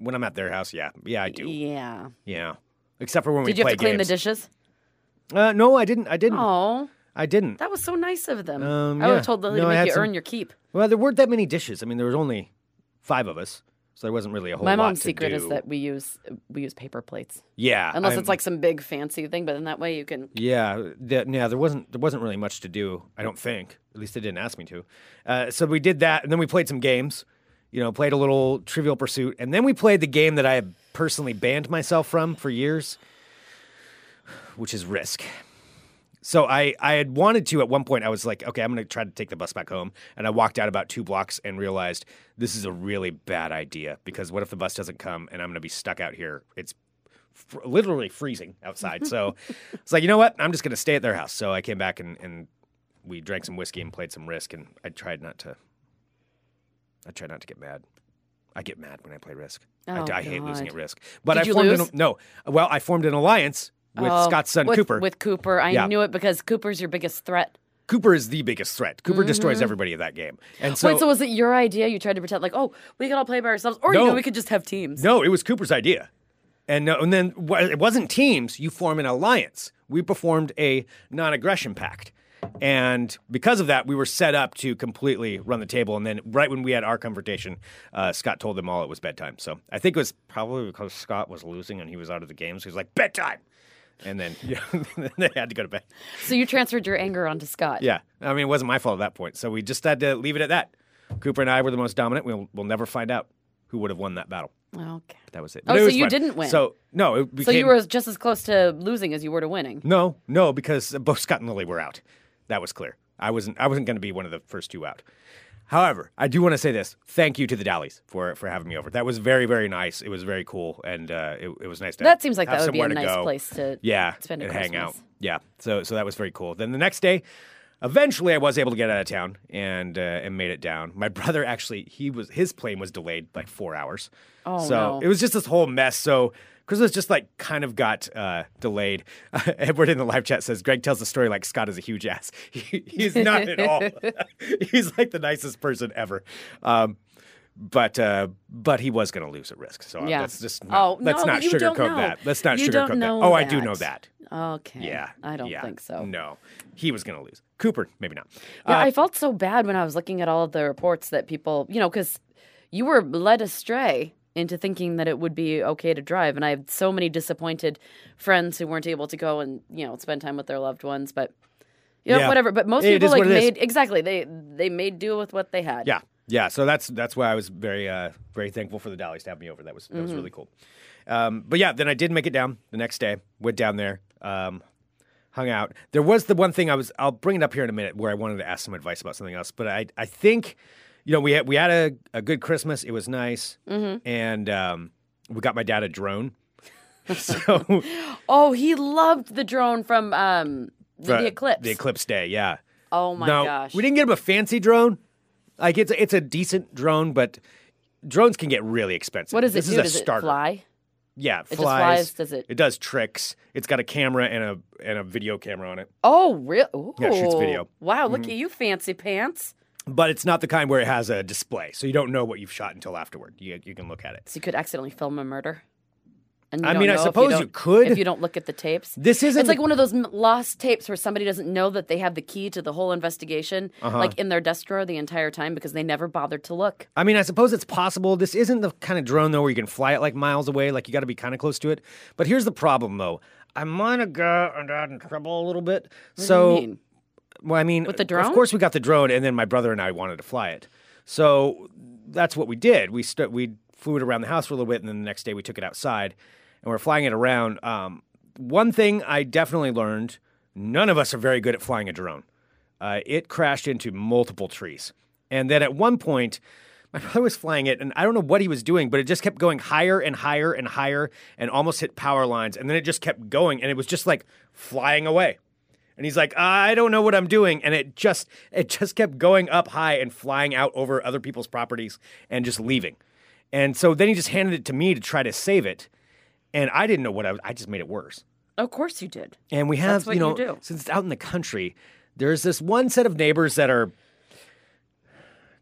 [SPEAKER 6] When I'm at their house, yeah, yeah, I do.
[SPEAKER 7] Yeah.
[SPEAKER 6] Yeah, except for when we
[SPEAKER 7] Did you
[SPEAKER 6] play
[SPEAKER 7] have to clean
[SPEAKER 6] games.
[SPEAKER 7] the dishes?
[SPEAKER 6] Uh, no, I didn't. I didn't.
[SPEAKER 7] Oh,
[SPEAKER 6] I didn't.
[SPEAKER 7] that was so nice of them.
[SPEAKER 6] Um,
[SPEAKER 7] I would
[SPEAKER 6] yeah.
[SPEAKER 7] have told Lily
[SPEAKER 6] No,
[SPEAKER 7] to
[SPEAKER 6] I had
[SPEAKER 7] make you
[SPEAKER 6] some-
[SPEAKER 7] earn your keep.
[SPEAKER 6] Well, there weren't that many dishes. I mean, there was only five of us, so there wasn't really a whole.
[SPEAKER 7] My
[SPEAKER 6] lot
[SPEAKER 7] mom's
[SPEAKER 6] to
[SPEAKER 7] secret is
[SPEAKER 6] do.
[SPEAKER 7] that we use we use paper plates,
[SPEAKER 6] Yeah,
[SPEAKER 7] unless
[SPEAKER 6] I'm-
[SPEAKER 7] it's like some big fancy thing. But then that way you can.
[SPEAKER 6] Yeah, that, yeah. There wasn't there wasn't really much to do. I don't think. At least they didn't ask me to. Uh, so we did that, and then we played some games. You know, played a little Trivial Pursuit, and then we played the game that I have personally banned myself from for years, which is Risk. So I I had wanted to at one point. I was like, okay, I'm going to try to take the bus back home, and I walked out about two blocks and realized this is a really bad idea because what if the bus doesn't come and I'm going to be stuck out here? It's fr- literally freezing outside. So it's like, you know what? I'm just going to stay at their house. So I came back and, and we drank some whiskey and played some Risk, and I tried not to. I tried not to get mad. I get mad when I play Risk. I,
[SPEAKER 7] Oh,
[SPEAKER 6] I hate losing
[SPEAKER 7] God.
[SPEAKER 6] at Risk. But
[SPEAKER 7] Did
[SPEAKER 6] I
[SPEAKER 7] you
[SPEAKER 6] formed
[SPEAKER 7] lose?
[SPEAKER 6] An, no. Well, I formed an alliance with
[SPEAKER 7] Oh,
[SPEAKER 6] Scott's son
[SPEAKER 7] with-
[SPEAKER 6] Cooper.
[SPEAKER 7] With Cooper, I
[SPEAKER 6] Yeah.
[SPEAKER 7] knew it because Cooper's your biggest threat.
[SPEAKER 6] Cooper is the biggest threat. Cooper destroys everybody in that game. And so,
[SPEAKER 7] Mm-hmm. Wait, so was it your idea? You tried to pretend like, oh, we could all play by ourselves, or
[SPEAKER 6] No.
[SPEAKER 7] you know, we could just have teams.
[SPEAKER 6] no, it was Cooper's idea. And no, and then wha- it wasn't teams. You form an alliance. We performed a non-aggression pact, and because of that, we were set up to completely run the table. And then, right when we had our confrontation, uh, Scott told them all it was bedtime. So I think it was probably because Scott was losing and he was out of the game. So he was like bedtime, and then yeah, they had to go to bed.
[SPEAKER 7] So you transferred your anger onto Scott.
[SPEAKER 6] Yeah. I mean, it wasn't my fault at that point. So we just had to leave it at that. Cooper and I were the most dominant. We'll, we'll never find out who would have won that battle.
[SPEAKER 7] Okay.
[SPEAKER 6] That was it.
[SPEAKER 7] Oh,
[SPEAKER 6] it
[SPEAKER 7] so
[SPEAKER 6] was
[SPEAKER 7] you
[SPEAKER 6] fun.
[SPEAKER 7] didn't win.
[SPEAKER 6] So, no. It became,
[SPEAKER 7] So you were just as close to losing as you were to winning.
[SPEAKER 6] No, no, because both Scott and Lily were out. That was clear. I wasn't, I wasn't going to be one of the first two out. However, I do want to say this. Thank you to the Dallies for, for having me over. That was very, very nice. It was very cool. And uh, it, it was nice to
[SPEAKER 7] That seems like
[SPEAKER 6] have
[SPEAKER 7] that would be a
[SPEAKER 6] somewhere to
[SPEAKER 7] nice
[SPEAKER 6] go.
[SPEAKER 7] place to
[SPEAKER 6] yeah
[SPEAKER 7] spend a
[SPEAKER 6] and
[SPEAKER 7] Christmas.
[SPEAKER 6] hang out yeah so so that was very cool then the next day eventually i was able to get out of town and uh, and made it down my brother actually he was his plane was delayed like four hours
[SPEAKER 7] Oh,
[SPEAKER 6] so
[SPEAKER 7] no.
[SPEAKER 6] it was just this whole mess so Christmas just like kind of got uh, delayed. Edward in the live chat says Greg tells the story like Scott is a huge ass. He, he's not at all. he's like the nicest person ever. Um, but uh, but he was going to lose at risk. So uh,
[SPEAKER 7] Yeah.
[SPEAKER 6] let's just not,
[SPEAKER 7] Oh,
[SPEAKER 6] let's
[SPEAKER 7] no,
[SPEAKER 6] not
[SPEAKER 7] you don't
[SPEAKER 6] sugarcoat
[SPEAKER 7] know.
[SPEAKER 6] that. Let's not
[SPEAKER 7] You
[SPEAKER 6] sugarcoat
[SPEAKER 7] don't
[SPEAKER 6] that.
[SPEAKER 7] know
[SPEAKER 6] Oh, I do
[SPEAKER 7] that.
[SPEAKER 6] know that.
[SPEAKER 7] Okay.
[SPEAKER 6] Yeah.
[SPEAKER 7] I don't
[SPEAKER 6] yeah.
[SPEAKER 7] think so.
[SPEAKER 6] No. He was going to lose. Cooper, maybe not.
[SPEAKER 7] Yeah, I felt so bad when I was looking at all of the reports that people, you know, because you were led astray into thinking that it would be okay to drive. And I had so many disappointed friends who weren't able to go and, you know, spend time with their loved ones, but. You know,
[SPEAKER 6] Yeah.
[SPEAKER 7] whatever. But most
[SPEAKER 6] It
[SPEAKER 7] people
[SPEAKER 6] is
[SPEAKER 7] like
[SPEAKER 6] what it is.
[SPEAKER 7] made exactly they they made do with what they had.
[SPEAKER 6] Yeah. Yeah. So that's that's why I was very uh, very thankful for the Dallies to have me over. That was that was really cool. Um, but yeah, then I did make it down the next day. Went down there. Um, hung out. There was the one thing I was I'll bring it up here in a minute where I wanted to ask some advice about something else, but I I think you know, we had we had a, a good Christmas. It was nice. And um, we got my dad a drone. so
[SPEAKER 7] Oh, he loved the drone from um the, the eclipse.
[SPEAKER 6] The eclipse day, yeah.
[SPEAKER 7] Oh my
[SPEAKER 6] No,
[SPEAKER 7] gosh.
[SPEAKER 6] we didn't get him a fancy drone. Like it's a, it's a decent drone, but drones can get really expensive.
[SPEAKER 7] What does it
[SPEAKER 6] this
[SPEAKER 7] do?
[SPEAKER 6] Is a
[SPEAKER 7] does it
[SPEAKER 6] starter.
[SPEAKER 7] fly?
[SPEAKER 6] Yeah,
[SPEAKER 7] It just
[SPEAKER 6] flies.
[SPEAKER 7] flies, does it-
[SPEAKER 6] It does tricks. It's got a camera and a and a video camera on it,
[SPEAKER 7] Oh, real?
[SPEAKER 6] Yeah, it shoots video. Mm-hmm.
[SPEAKER 7] Wow, look at you, fancy pants.
[SPEAKER 6] but it's not the kind where it has a display, so you don't know what you've shot until afterward. You you can look at it.
[SPEAKER 7] So you could accidentally film a murder. And you
[SPEAKER 6] I
[SPEAKER 7] don't
[SPEAKER 6] mean, I
[SPEAKER 7] know if
[SPEAKER 6] suppose you
[SPEAKER 7] don't-
[SPEAKER 6] could.
[SPEAKER 7] if you don't look at the tapes.
[SPEAKER 6] This isn't
[SPEAKER 7] It's like one of those m- lost tapes where somebody doesn't know that they have the key to the whole investigation,
[SPEAKER 6] Uh-huh.
[SPEAKER 7] like in their desk drawer the entire time because they never bothered to look.
[SPEAKER 6] I mean, I suppose it's possible. This isn't the kind of drone though where you can fly it like miles away. Like you got to be kind of close to it. But here's the problem though. I might have gotten in trouble a little bit. so,
[SPEAKER 7] I mean,
[SPEAKER 6] well, I mean,
[SPEAKER 7] With the
[SPEAKER 6] Of
[SPEAKER 7] drone?
[SPEAKER 6] course, we got the drone, and then my brother and I wanted to fly it. So that's what we did. We stu we flew it around the house for a little bit, and then the next day we took it outside, and we're flying it around. Um, one thing I definitely learned: none of us are very good at flying a drone. Uh, it crashed into multiple trees, and then at one point. My brother was flying it, and I don't know what he was doing, but it just kept going higher and higher and higher and almost hit power lines. And then it just kept going, and it was just like flying away. And he's like, I don't know what I'm doing. And it just it just kept going up high and flying out over other people's properties and just leaving. And so then he just handed it to me to try to save it. And I didn't know what I was I just made it worse.
[SPEAKER 7] of course you did.
[SPEAKER 6] And we have,
[SPEAKER 7] That's what
[SPEAKER 6] you know,
[SPEAKER 7] you do.
[SPEAKER 6] since it's out in the country, there's this one set of neighbors that are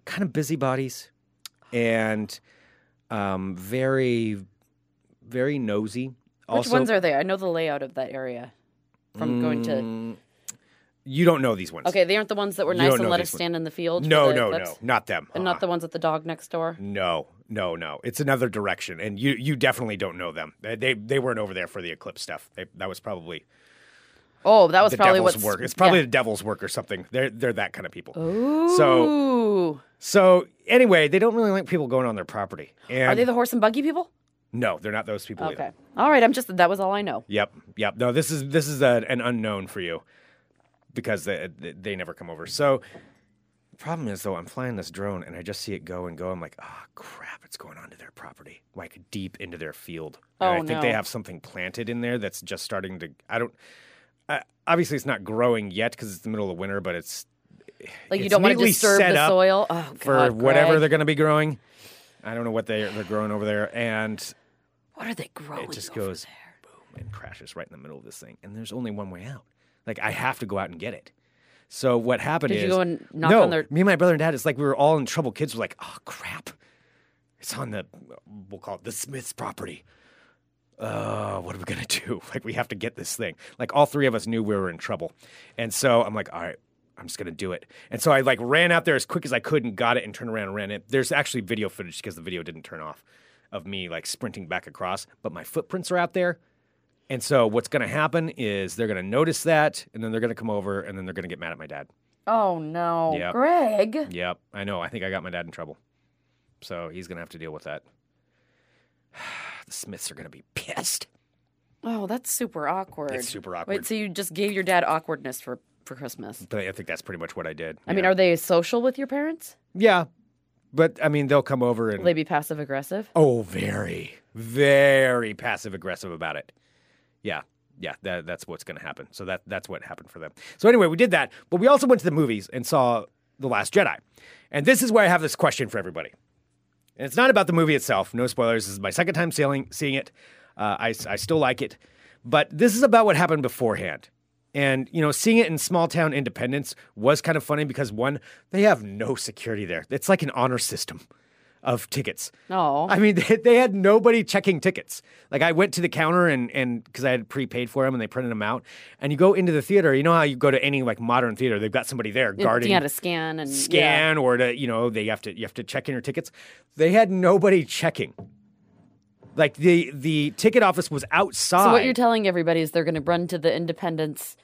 [SPEAKER 6] kind of busybodies and um, very, very nosy.
[SPEAKER 7] Which ones are they? I know the layout of that area from going to.
[SPEAKER 6] you don't know these ones.
[SPEAKER 7] Okay, they aren't the ones that were
[SPEAKER 6] Mm. You
[SPEAKER 7] nice
[SPEAKER 6] don't
[SPEAKER 7] and
[SPEAKER 6] know
[SPEAKER 7] let
[SPEAKER 6] these
[SPEAKER 7] us
[SPEAKER 6] ones.
[SPEAKER 7] stand in the field. for
[SPEAKER 6] No,
[SPEAKER 7] the
[SPEAKER 6] no,
[SPEAKER 7] clips?
[SPEAKER 6] no, not them.
[SPEAKER 7] And
[SPEAKER 6] Uh-uh.
[SPEAKER 7] not the ones with the dog next door.
[SPEAKER 6] No, no, no. It's another direction, and you you definitely don't know them. They they, they weren't over there for the eclipse stuff. They, that was probably
[SPEAKER 7] Oh, that was
[SPEAKER 6] the
[SPEAKER 7] probably
[SPEAKER 6] devil's
[SPEAKER 7] what's
[SPEAKER 6] work. It's probably
[SPEAKER 7] yeah. Oh.
[SPEAKER 6] the devil's work or something. They're they're that kind of people. So
[SPEAKER 7] Ooh.
[SPEAKER 6] so anyway, they don't really like people going on their property. And Oh,
[SPEAKER 7] Are they the horse and buggy people?
[SPEAKER 6] no, they're not those people. either.
[SPEAKER 7] Okay. All right. I'm just that was all I know.
[SPEAKER 6] Yep, yep. No, this is this is a, an unknown for you because they, they they never come over. So the problem is though, I'm flying this drone and I just see it go and go. I'm like, ah, crap, it's going onto their property, like deep into their field. And
[SPEAKER 7] Oh,
[SPEAKER 6] I think they
[SPEAKER 7] no.
[SPEAKER 6] have something planted in there that's just starting to. I don't. I, obviously, it's not growing yet because it's the middle of winter, but it's
[SPEAKER 7] Like you
[SPEAKER 6] It's
[SPEAKER 7] don't want to
[SPEAKER 6] neatly
[SPEAKER 7] disturb
[SPEAKER 6] set
[SPEAKER 7] the
[SPEAKER 6] up
[SPEAKER 7] soil. Oh,
[SPEAKER 6] for
[SPEAKER 7] God,
[SPEAKER 6] whatever
[SPEAKER 7] Greg.
[SPEAKER 6] they're going to be growing. I don't know what they they're growing over there, and
[SPEAKER 7] What are they growing?
[SPEAKER 6] it just
[SPEAKER 7] over
[SPEAKER 6] goes boom and crashes right in the middle of this thing. And there's only one way out. Like I have to go out and get it. So what happened
[SPEAKER 7] Did
[SPEAKER 6] is
[SPEAKER 7] you go and knock
[SPEAKER 6] no,
[SPEAKER 7] on their-
[SPEAKER 6] me and my brother and dad. It's like we were all in trouble. Kids were like, "Oh crap, it's on the we'll call it the Smiths' property." Uh, what are we gonna do? Like we have to get this thing. Like all three of us knew we were in trouble, and so I'm like, "All right." I'm just gonna do it, and so I like ran out there as quick as I could and got it and turned around and ran it. There's actually video footage because the video didn't turn off of me like sprinting back across, but my footprints are out there, and so what's going to happen is they're going to notice that, and then they're going to come over, and then they're going to get mad at my dad.
[SPEAKER 7] there? Oh no,
[SPEAKER 6] Yep.
[SPEAKER 7] Greg.
[SPEAKER 6] Yep, I know. I think I got my dad in trouble, so he's going to have to deal with that. the Smiths are going to be pissed.
[SPEAKER 7] Oh, that's super awkward.
[SPEAKER 6] It's super awkward.
[SPEAKER 7] Wait, so you just gave your dad awkwardness for for Christmas?
[SPEAKER 6] But I think that's pretty much what I did.
[SPEAKER 7] I mean,
[SPEAKER 6] yeah.
[SPEAKER 7] are they social with your parents?
[SPEAKER 6] yeah, but I mean, they'll come over and
[SPEAKER 7] Will they be passive aggressive?
[SPEAKER 6] oh, very, very passive aggressive about it. Yeah. Yeah, that, that's what's going to happen. So that that's what happened for them. So anyway, we did that, but we also went to the movies and saw The Last Jedi. And this is where I have this question for everybody. And it's not about the movie itself. No spoilers. This is my second time sailing, seeing it. Uh, I, I still like it. But this is about what happened beforehand. And, you know, seeing it in small town independence was kind of funny because, one, they have no security there. It's like an honor system of tickets.
[SPEAKER 7] No.
[SPEAKER 6] I mean, they, they had nobody checking tickets. Like, I went to the counter and, and because I had prepaid for them and they printed them out. And you go into the theater, you know how you go to any like modern theater, they've got somebody there guarding
[SPEAKER 7] You had to scan and yeah.
[SPEAKER 6] scan or to you know they have to you have to check in your tickets. They had nobody checking. Like the the ticket office was outside.
[SPEAKER 7] So what you're telling everybody is they're going to run to the Independence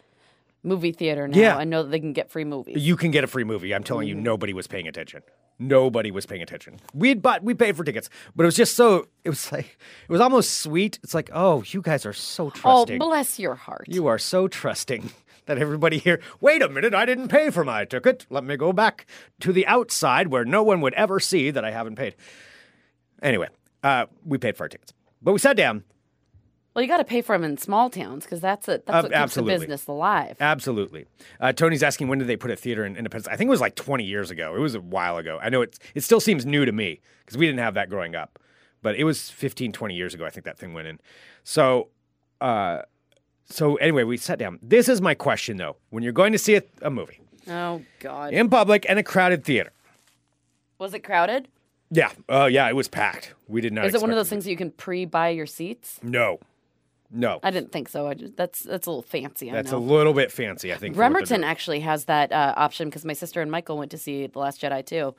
[SPEAKER 7] movie theater now
[SPEAKER 6] Yeah.
[SPEAKER 7] and know that they can get free movies.
[SPEAKER 6] you can get a free movie. I'm
[SPEAKER 7] Mm.
[SPEAKER 6] telling you, nobody was paying attention. Nobody was paying attention. We'd bought, we paid for tickets, but it was just so. It was like it was almost sweet. It's like, oh, you guys are so
[SPEAKER 7] oh,
[SPEAKER 6] trusting.
[SPEAKER 7] bless your heart.
[SPEAKER 6] You are so trusting that everybody here, wait a minute, I didn't pay for my ticket. Let me go back to the outside where no one would ever see that I haven't paid. Anyway, uh, we paid for our tickets. But we sat down
[SPEAKER 7] Well, you got to pay for them in small towns because that's it. That's
[SPEAKER 6] Uh,
[SPEAKER 7] what keeps
[SPEAKER 6] absolutely.
[SPEAKER 7] the business alive.
[SPEAKER 6] Absolutely. Uh, Tony's asking when did they put a theater in Independence? I think it was like 20 years ago. It was a while ago. I know it's, it still seems new to me because we didn't have that growing up, but it was 15, 20 years ago. I think that thing went in. So, uh, so anyway, we sat down. This is my question though. When you're going to see a, a movie
[SPEAKER 7] oh God,
[SPEAKER 6] in public and a crowded theater,
[SPEAKER 7] was it crowded?
[SPEAKER 6] yeah, oh yeah, it was packed. We did not.
[SPEAKER 7] Is it one of those
[SPEAKER 6] expect
[SPEAKER 7] things that you can pre-buy your seats?
[SPEAKER 6] No, no,
[SPEAKER 7] I didn't think so. I just, that's that's a little fancy. I
[SPEAKER 6] that's a
[SPEAKER 7] know.
[SPEAKER 6] little bit fancy. I think for what they're
[SPEAKER 7] Bremerton
[SPEAKER 6] doing.
[SPEAKER 7] actually has that uh, option because my sister and Michael went to see The Last Jedi too,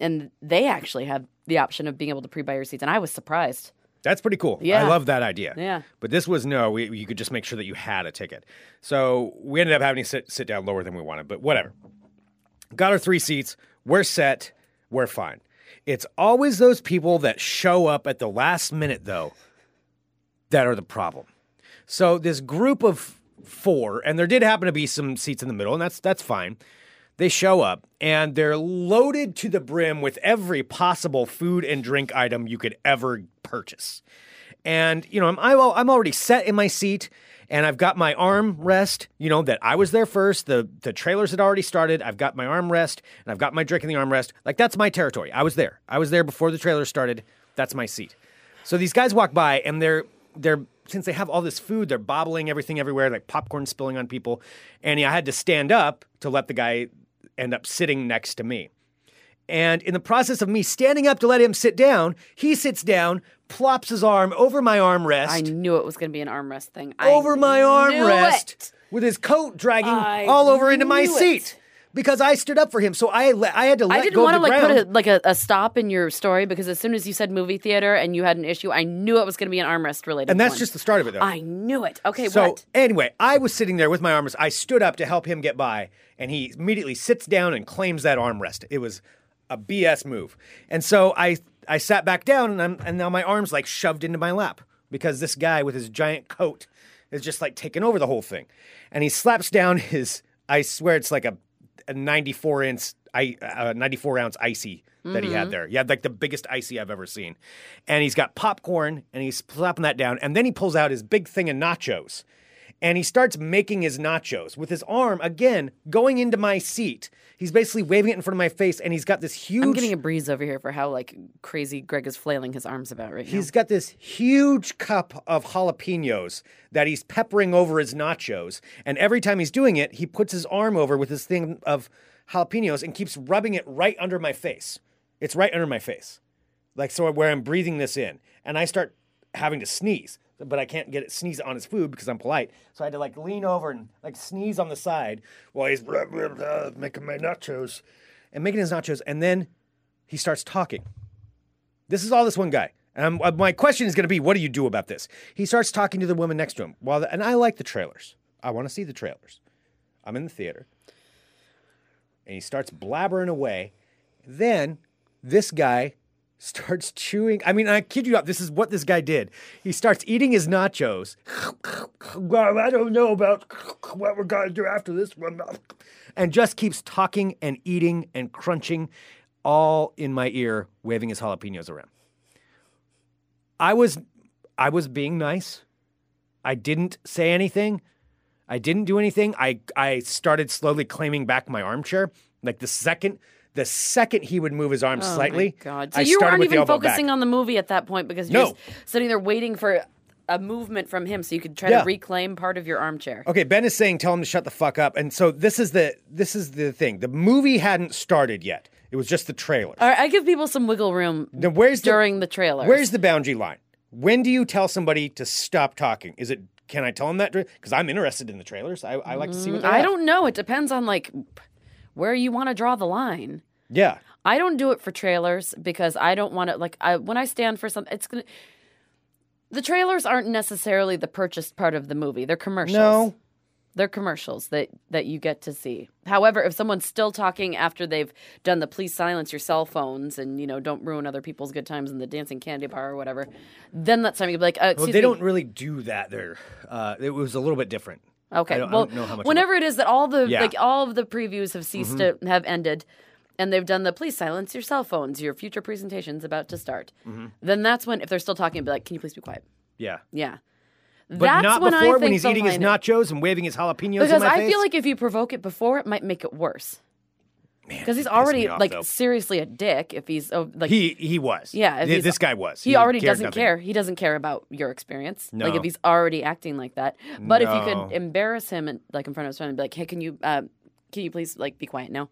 [SPEAKER 7] and they actually have the option of being able to pre-buy your seats, and I was surprised.
[SPEAKER 6] That's pretty cool. I
[SPEAKER 7] Yeah.
[SPEAKER 6] love that idea.
[SPEAKER 7] Yeah.
[SPEAKER 6] But this was no, we, you could just make sure that you had a ticket. So we ended up having to sit, sit down lower than we wanted, but whatever. Got our three seats. We're set. We're fine. It's always those people that show up at the last minute, though, that are the problem. So this group of four, and there did happen to be some seats in the middle, and that's that's fine. They show up and they're loaded to the brim with every possible food and drink item you could ever purchase. And you know, I'm I'm al- I'm already set in my seat, and I've got my arm rest. You know that I was there first. The the trailers had already started. I've got my arm rest, and I've got my drink in the armrest. Like that's my territory. I was there. I was there before the trailer started. That's my seat. So these guys walk by and they're they're since they have all this food, they're bobbling everything everywhere, like popcorn spilling on people. And I had to stand up to let the guy end up sitting next to me. And in the process of me standing up to let him sit down, he sits down, plops his arm over my armrest,
[SPEAKER 7] I knew it was going to be an armrest thing. I
[SPEAKER 6] over my
[SPEAKER 7] knew
[SPEAKER 6] armrest,
[SPEAKER 7] it.
[SPEAKER 6] with his coat dragging
[SPEAKER 7] I
[SPEAKER 6] all over into my
[SPEAKER 7] knew it.
[SPEAKER 6] seat because I stood up for him. So I le- I had to let
[SPEAKER 7] I didn't
[SPEAKER 6] go of
[SPEAKER 7] want to
[SPEAKER 6] the
[SPEAKER 7] like
[SPEAKER 6] ground.
[SPEAKER 7] put a, like a, a stop in your story because as soon as you said movie theater and you had an issue, I knew it was going to be an armrest related.
[SPEAKER 6] and that's
[SPEAKER 7] one.
[SPEAKER 6] just the start of it, though.
[SPEAKER 7] I knew it. Okay,
[SPEAKER 6] So
[SPEAKER 7] what?
[SPEAKER 6] anyway, I was sitting there with my armrest. I stood up to help him get by, and he immediately sits down and claims that armrest. It was a BS move. And so I I sat back down, and I'm and now my arms like shoved into my lap because this guy with his giant coat is just like taking over the whole thing, and he slaps down his. I swear it's like a, a 94 inch, I uh, 94 ounce icy that he had there. He had like the biggest icy I've ever seen, and he's got popcorn and he's slapping that down, and then he pulls out his big thing of nachos and he starts making his nachos with his arm again going into my seat. He's basically waving it in front of my face, and he's got this huge.
[SPEAKER 7] I'm getting a breeze over here for how like crazy Greg is flailing his arms about right
[SPEAKER 6] He's got this huge cup of jalapenos that he's peppering over his nachos. And every time he's doing it, he puts his arm over with his thing of jalapenos and keeps rubbing it right under my face. It's right under my face. Like, so where I'm breathing this in. And I start having to sneeze, but I can't get it sneeze on his food because I'm polite. So I had to like lean over and like sneeze on the side while he's blah, blah, blah, making my nachos and making his nachos. And then he starts talking. This is all this one guy. And I'm- uh, my question is going to be, what do you do about this? He starts talking to the woman next to him. While the, and I like the trailers. I want to see the trailers. I'm in the theater, and he starts blabbering away. Then this guy starts chewing. I mean, I kid you not. This is what this guy did. He starts eating his nachos. Well, I don't know about what we're going to do after this one, and just keeps talking and eating and crunching, all in my ear, waving his jalapenos around. I was I was being nice. I didn't say anything. I didn't do anything. I I started slowly claiming back my armchair. Like the second the second he would move his arm
[SPEAKER 7] now.
[SPEAKER 6] slightly,
[SPEAKER 7] Oh my God. So
[SPEAKER 6] I
[SPEAKER 7] you
[SPEAKER 6] started
[SPEAKER 7] weren't
[SPEAKER 6] with the
[SPEAKER 7] even
[SPEAKER 6] elbow
[SPEAKER 7] focusing
[SPEAKER 6] back.
[SPEAKER 7] on the movie at that point because you're
[SPEAKER 6] No.
[SPEAKER 7] just sitting there waiting for a movement from him so you could try
[SPEAKER 6] Yeah. Oh.
[SPEAKER 7] to reclaim part of your armchair.
[SPEAKER 6] Okay, Ben is saying tell him to shut the fuck up. And so this is the this is the thing. The movie hadn't started yet. It was just the trailer.
[SPEAKER 7] All right, I give people some wiggle room
[SPEAKER 6] Now, where's the-
[SPEAKER 7] Uh, during the trailer.
[SPEAKER 6] Where's the boundary line? When do you tell somebody to stop talking? Is it can I tell them that? Because I'm interested in the trailers. I, I like to see what. they're
[SPEAKER 7] Mm, I
[SPEAKER 6] at.
[SPEAKER 7] don't know. It depends on like where you want to draw the line.
[SPEAKER 6] Yeah.
[SPEAKER 7] I don't do it for trailers because I don't want to like I when I stand for something it's going to the trailers aren't necessarily the purchased part of the movie. They're commercials.
[SPEAKER 6] No.
[SPEAKER 7] They're commercials that that you get to see. However, if someone's still talking after they've done the please silence your cell phones and you know don't ruin other people's good times in the dancing candy bar or whatever, then that's time you'd be like, uh,
[SPEAKER 6] Well,
[SPEAKER 7] excuse
[SPEAKER 6] they
[SPEAKER 7] me.
[SPEAKER 6] don't really do that there. Uh, it was a little bit different.
[SPEAKER 7] Okay.
[SPEAKER 6] I don't, I
[SPEAKER 7] well,
[SPEAKER 6] don't know how much.
[SPEAKER 7] whenever it is that all the
[SPEAKER 6] Yeah. Mm-hmm.
[SPEAKER 7] like all of the previews have ceased to have ended, and they've done the please silence your cell phones, your future
[SPEAKER 6] Mm-hmm.
[SPEAKER 7] presentation's about to start. Then that's when if they're still talking, be like, can you please be quiet?
[SPEAKER 6] yeah.
[SPEAKER 7] Yeah.
[SPEAKER 6] But
[SPEAKER 7] That's
[SPEAKER 6] not
[SPEAKER 7] when I
[SPEAKER 6] before when
[SPEAKER 7] think
[SPEAKER 6] he's
[SPEAKER 7] they'll
[SPEAKER 6] eating his
[SPEAKER 7] find it.
[SPEAKER 6] nachos and waving his jalapenos in
[SPEAKER 7] Because
[SPEAKER 6] my
[SPEAKER 7] I
[SPEAKER 6] face.
[SPEAKER 7] feel like if you provoke it before, it might make it worse. Because
[SPEAKER 6] that pisses
[SPEAKER 7] he's
[SPEAKER 6] me
[SPEAKER 7] already
[SPEAKER 6] off,
[SPEAKER 7] like
[SPEAKER 6] though.
[SPEAKER 7] seriously a dick. If he's oh, like
[SPEAKER 6] he he was.
[SPEAKER 7] Yeah,
[SPEAKER 6] Th-
[SPEAKER 7] if he's-
[SPEAKER 6] this guy was.
[SPEAKER 7] he, already
[SPEAKER 6] cared
[SPEAKER 7] doesn't
[SPEAKER 6] nothing.
[SPEAKER 7] care. He doesn't care about your experience. Like
[SPEAKER 6] No.
[SPEAKER 7] if he's already acting like that. But if you
[SPEAKER 6] No.
[SPEAKER 7] could embarrass him and like in front of his friend and be like, hey, can you uh, can you please like be quiet now?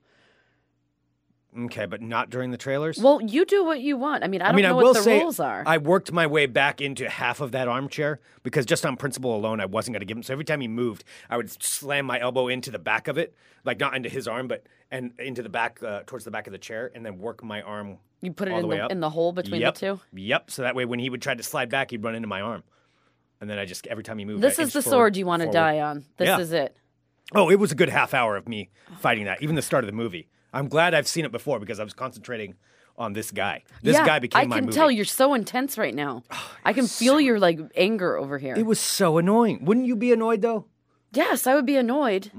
[SPEAKER 6] Okay, but not during the trailers.
[SPEAKER 7] Well, you do what you want. I mean, I don't
[SPEAKER 6] I mean,
[SPEAKER 7] know
[SPEAKER 6] I
[SPEAKER 7] what
[SPEAKER 6] will
[SPEAKER 7] the
[SPEAKER 6] say
[SPEAKER 7] rules are.
[SPEAKER 6] I worked my way back into half of that armchair because just on principle alone, I wasn't going to give him. So every time he moved, I would slam my elbow into the back of it, like not into his arm, but and into the back uh, towards the back of the chair, and then work my arm.
[SPEAKER 7] you put it
[SPEAKER 6] all
[SPEAKER 7] in
[SPEAKER 6] the
[SPEAKER 7] the,
[SPEAKER 6] way up.
[SPEAKER 7] in the hole between
[SPEAKER 6] yep,
[SPEAKER 7] the two.
[SPEAKER 6] Yep. So that way, when he would try to slide back, he'd run into my arm, and then I just every time he moved.
[SPEAKER 7] This
[SPEAKER 6] I
[SPEAKER 7] is the
[SPEAKER 6] inched
[SPEAKER 7] sword
[SPEAKER 6] forward-
[SPEAKER 7] you want to
[SPEAKER 6] forward.
[SPEAKER 7] die on. This
[SPEAKER 6] Yeah.
[SPEAKER 7] is it.
[SPEAKER 6] Oh, it was a good half hour of me fighting that, even the start of the movie. I'm glad I've seen it before because I was concentrating on this guy. This
[SPEAKER 7] yeah,
[SPEAKER 6] guy became
[SPEAKER 7] I
[SPEAKER 6] my
[SPEAKER 7] can
[SPEAKER 6] movie.
[SPEAKER 7] tell you're so intense right now. I can feel your like anger over here.
[SPEAKER 6] It was so annoying. Wouldn't you be annoyed though?
[SPEAKER 7] yes, I would be annoyed.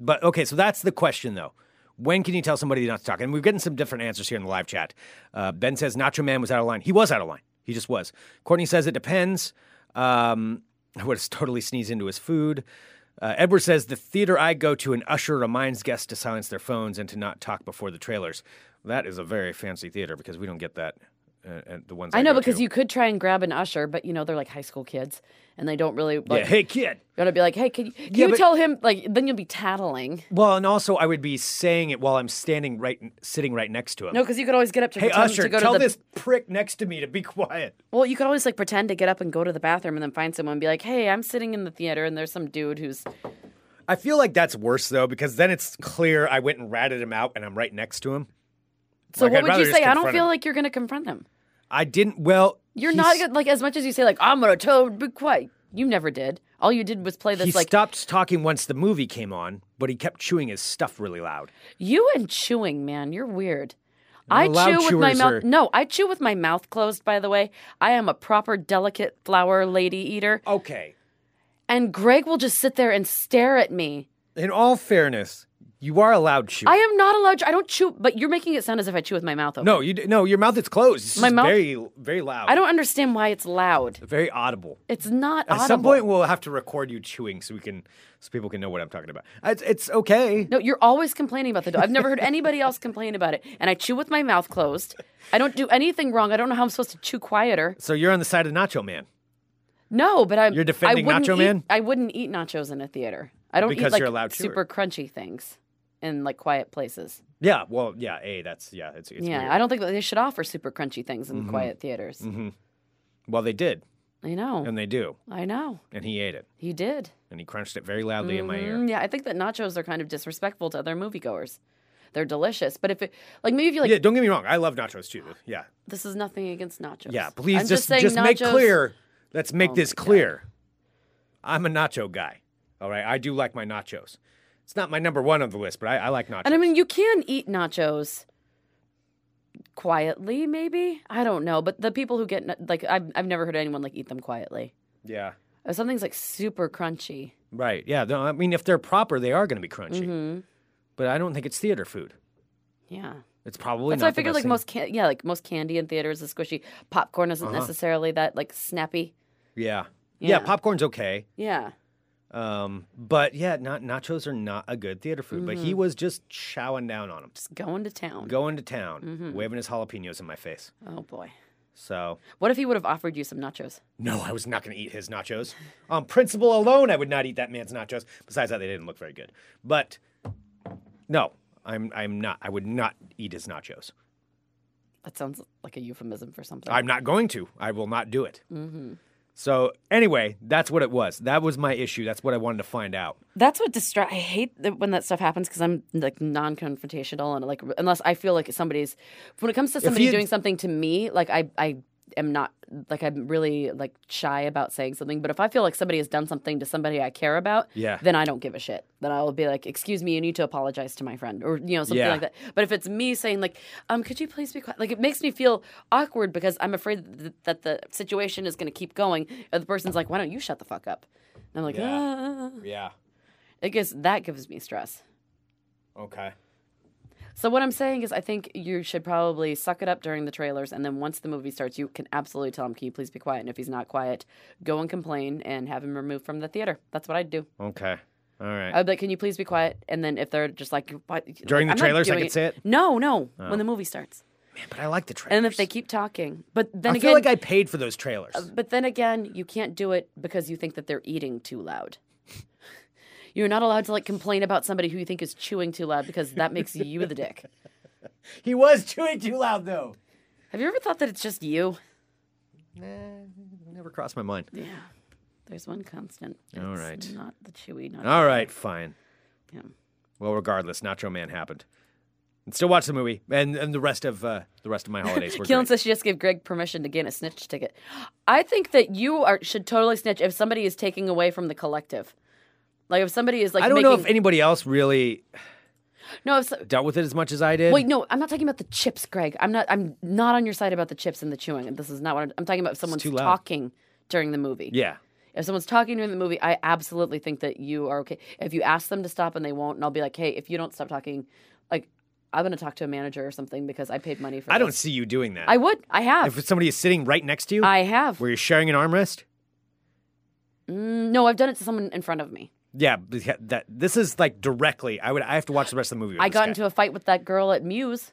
[SPEAKER 6] But okay, so that's the question though. When can you tell somebody not to talk? And we've gotten some different answers here in the live chat. Uh, ben says Nacho Man was out of line. He was out of line. He just was. Courtney says it depends. Um, I would totally sneeze into his food. Uh, Edward says the theater I go to, an usher reminds guests to silence their phones and to not talk before the trailers. That is a very fancy theater because we don't get that at, at the ones I,
[SPEAKER 7] I know
[SPEAKER 6] go
[SPEAKER 7] because
[SPEAKER 6] to.
[SPEAKER 7] you could try and grab an usher, but you know they're like high school kids and they don't really
[SPEAKER 6] Yeah,
[SPEAKER 7] like
[SPEAKER 6] hey kid.
[SPEAKER 7] gonna be like, hey, can you, can
[SPEAKER 6] Yeah,
[SPEAKER 7] you
[SPEAKER 6] but-
[SPEAKER 7] tell him like then you'll be tattling.
[SPEAKER 6] Well, and also I would be saying it while I'm standing right, sitting right next to him.
[SPEAKER 7] No, because you could always get up to
[SPEAKER 6] Hey,
[SPEAKER 7] pretend
[SPEAKER 6] Usher,
[SPEAKER 7] to go
[SPEAKER 6] tell
[SPEAKER 7] to the
[SPEAKER 6] this prick next to me to be quiet.
[SPEAKER 7] well, you could always like pretend to get up and go to the bathroom and then find someone and be like, hey, I'm sitting in the theater and there's some dude who's
[SPEAKER 6] I feel like that's worse though, because then it's clear I went and ratted him out and I'm right next to him.
[SPEAKER 7] so
[SPEAKER 6] Like, I'd
[SPEAKER 7] what would
[SPEAKER 6] rather
[SPEAKER 7] you
[SPEAKER 6] just
[SPEAKER 7] say? I don't
[SPEAKER 6] confront
[SPEAKER 7] feel
[SPEAKER 6] him.
[SPEAKER 7] like you're gonna confront him.
[SPEAKER 6] I didn't, well.
[SPEAKER 7] You're
[SPEAKER 6] he
[SPEAKER 7] not
[SPEAKER 6] s-
[SPEAKER 7] gonna like as much as you say like I'm gonna tell him to be quiet. You never did. All you did was play
[SPEAKER 6] He
[SPEAKER 7] this like
[SPEAKER 6] stopped talking once the movie came on, but he kept chewing his stuff really loud.
[SPEAKER 7] You and chewing, man, you're weird. I
[SPEAKER 6] loud
[SPEAKER 7] chew with my
[SPEAKER 6] chewers
[SPEAKER 7] mouth.
[SPEAKER 6] are-
[SPEAKER 7] No, I chew with my mouth closed. By the way, I am a proper delicate flower lady eater,
[SPEAKER 6] Okay.
[SPEAKER 7] and Greg will just sit there and stare at me.
[SPEAKER 6] In all fairness, you are allowed chew.
[SPEAKER 7] I am not allowed. I don't chew, but you're making it sound as if I chew with my mouth open.
[SPEAKER 6] no, you d- no, your mouth is closed. It's
[SPEAKER 7] My
[SPEAKER 6] just
[SPEAKER 7] mouth-
[SPEAKER 6] very, very loud.
[SPEAKER 7] I don't understand why it's loud.
[SPEAKER 6] Very audible.
[SPEAKER 7] It's not
[SPEAKER 6] At
[SPEAKER 7] audible.
[SPEAKER 6] some point, we'll have to record you chewing so we can, so people can know what I'm talking about. It's, it's okay.
[SPEAKER 7] no, you're always complaining about the dog. I've never heard anybody else complain about it. And I chew with my mouth closed. I don't do anything wrong. I don't know how I'm supposed to chew quieter.
[SPEAKER 6] So you're on the side of Nacho Man.
[SPEAKER 7] No, but I'm.
[SPEAKER 6] You're defending
[SPEAKER 7] I wouldn't
[SPEAKER 6] Nacho
[SPEAKER 7] eat-
[SPEAKER 6] Man?
[SPEAKER 7] I wouldn't eat nachos in a theater. I don't
[SPEAKER 6] Because
[SPEAKER 7] eat like
[SPEAKER 6] you're a loud chewer.
[SPEAKER 7] super crunchy things in like quiet places.
[SPEAKER 6] Yeah. Well, yeah. A. That's yeah. It's, it's
[SPEAKER 7] yeah,
[SPEAKER 6] weird. Mm-hmm.
[SPEAKER 7] I don't think that they should offer super crunchy things in quiet theaters.
[SPEAKER 6] Well, they did,
[SPEAKER 7] I know.
[SPEAKER 6] Mm-hmm. and they do,
[SPEAKER 7] I know.
[SPEAKER 6] and he ate it,
[SPEAKER 7] You did.
[SPEAKER 6] and he crunched it very loudly in my ear.
[SPEAKER 7] Mm, yeah, I think that nachos are kind of disrespectful to other moviegoers. They're delicious, but if it like maybe if you like
[SPEAKER 6] Yeah, don't get me wrong. I love nachos too. Yeah,
[SPEAKER 7] this is nothing against nachos.
[SPEAKER 6] yeah.
[SPEAKER 7] I'm
[SPEAKER 6] Please
[SPEAKER 7] just,
[SPEAKER 6] just
[SPEAKER 7] saying
[SPEAKER 6] just make
[SPEAKER 7] nachos-
[SPEAKER 6] clear. Let's make
[SPEAKER 7] Oh
[SPEAKER 6] this
[SPEAKER 7] my God.
[SPEAKER 6] clear. I'm a nacho guy. All right, I do like my nachos. It's not my number one on the list, but I, I like nachos.
[SPEAKER 7] And I mean, you can eat nachos quietly, maybe. I don't know, but the people who get na- like, I've I've never heard anyone like eat them quietly.
[SPEAKER 6] yeah.
[SPEAKER 7] If something's like super crunchy.
[SPEAKER 6] Right. Yeah. No, I mean, if they're proper, they are going to be crunchy.
[SPEAKER 7] Mm-hmm.
[SPEAKER 6] But I don't think it's theater food.
[SPEAKER 7] Yeah,
[SPEAKER 6] It's probably
[SPEAKER 7] that's
[SPEAKER 6] not
[SPEAKER 7] why I
[SPEAKER 6] the
[SPEAKER 7] figured
[SPEAKER 6] best
[SPEAKER 7] like
[SPEAKER 6] thing.
[SPEAKER 7] most can- yeah like most candy in theaters is squishy. Popcorn isn't
[SPEAKER 6] Uh-huh.
[SPEAKER 7] necessarily that like snappy.
[SPEAKER 6] Yeah. yeah.
[SPEAKER 7] Yeah.
[SPEAKER 6] Popcorn's okay.
[SPEAKER 7] Yeah,
[SPEAKER 6] Um, but yeah, not nachos are not a good theater food. But
[SPEAKER 7] Mm-hmm.
[SPEAKER 6] he was just chowing down on them,
[SPEAKER 7] just going to town.
[SPEAKER 6] going to town,
[SPEAKER 7] Mm-hmm.
[SPEAKER 6] waving his jalapenos in my face.
[SPEAKER 7] Oh boy,
[SPEAKER 6] So
[SPEAKER 7] what if he would have offered you some nachos?
[SPEAKER 6] no, I was not going to eat his nachos. On principle alone, I would not eat that man's nachos. Besides that, they didn't look very good. But no, I'm I'm not. I would not eat his nachos.
[SPEAKER 7] That sounds like a euphemism for something. Mm-hmm.
[SPEAKER 6] I'm not going to. I will not do it. So anyway, that's what it was. That was my issue. That's what I wanted to find out.
[SPEAKER 7] That's what distract. I hate that when that stuff happens because I'm like non-confrontational and like unless I feel like somebody's when it comes to somebody
[SPEAKER 6] you-
[SPEAKER 7] doing something to me, like I I am not like I'm really like shy about saying something. But if I feel like somebody has done something to somebody I care about,
[SPEAKER 6] Yeah.
[SPEAKER 7] then I don't give a shit. Then I will be like, excuse me, you need to apologize to my friend or you know something
[SPEAKER 6] Yeah.
[SPEAKER 7] like that. But if it's me saying like, um, could you please be quiet? Like it makes me feel awkward because I'm afraid th- th- that the situation is going to keep going. And the person's like, why don't you shut the fuck up? And I'm like,
[SPEAKER 6] Yeah.
[SPEAKER 7] ah.
[SPEAKER 6] Yeah.
[SPEAKER 7] I guess that gives me stress.
[SPEAKER 6] Okay.
[SPEAKER 7] So what I'm saying is, I think you should probably suck it up during the trailers, and then once the movie starts, you can absolutely tell him, "Can you please be quiet?" And if he's not quiet, go and complain and have him removed from the theater. That's what I'd do.
[SPEAKER 6] Okay. All right.
[SPEAKER 7] I'd be like, "Can you please be quiet?" And then if they're just like, "What?"
[SPEAKER 6] During the
[SPEAKER 7] I'm not
[SPEAKER 6] trailers, I
[SPEAKER 7] doing
[SPEAKER 6] can say it? Oh.
[SPEAKER 7] No, no, when the movie starts,
[SPEAKER 6] Man, but I like the trailers.
[SPEAKER 7] and if they keep talking, but then
[SPEAKER 6] I
[SPEAKER 7] again, uh,
[SPEAKER 6] feel like I paid for those trailers.
[SPEAKER 7] but then again, you can't do it because you think that they're eating too loud. You're not allowed to like complain about somebody who you think is chewing too loud because that makes you the dick.
[SPEAKER 6] he was chewing too loud, though.
[SPEAKER 7] Have you ever thought that it's just you?
[SPEAKER 6] Nah, never crossed my mind.
[SPEAKER 7] Yeah. There's one constant.
[SPEAKER 6] All
[SPEAKER 7] It's
[SPEAKER 6] right.
[SPEAKER 7] Not the chewy. Not
[SPEAKER 6] All right, fine.
[SPEAKER 7] Yeah.
[SPEAKER 6] Well, regardless, Nacho Man happened. And still watch the movie and, and the rest of uh, the rest of my holidays were
[SPEAKER 7] Keelan
[SPEAKER 6] great.
[SPEAKER 7] says she just gave Greg permission to gain a snitch ticket. I think that you are should totally snitch if somebody is taking away from the collective. Like if somebody is like
[SPEAKER 6] I don't know if
[SPEAKER 7] making-
[SPEAKER 6] anybody else really
[SPEAKER 7] no if so-
[SPEAKER 6] dealt with it as much as I did.
[SPEAKER 7] wait no I'm not talking about the chips Greg I'm not I'm not on your side about the chips and the chewing and this is not what I'm, I'm talking about if someone's
[SPEAKER 6] too loud.
[SPEAKER 7] talking during the movie
[SPEAKER 6] Yeah.
[SPEAKER 7] if someone's talking during the movie I absolutely think that you are okay if you ask them to stop and they won't and I'll be like hey if you don't stop talking like I'm gonna talk to a manager or something because I paid money for
[SPEAKER 6] I
[SPEAKER 7] this.
[SPEAKER 6] don't see you doing that.
[SPEAKER 7] I would. I have.
[SPEAKER 6] if somebody is sitting right next to you,
[SPEAKER 7] I have. Mm,
[SPEAKER 6] where you're sharing an armrest,
[SPEAKER 7] No, I've done it to someone in front of me.
[SPEAKER 6] yeah, but yeah, that this is like directly. I would. I have to watch the rest of the movie. with
[SPEAKER 7] I
[SPEAKER 6] this
[SPEAKER 7] got
[SPEAKER 6] guy.
[SPEAKER 7] into a fight with that girl at Muse.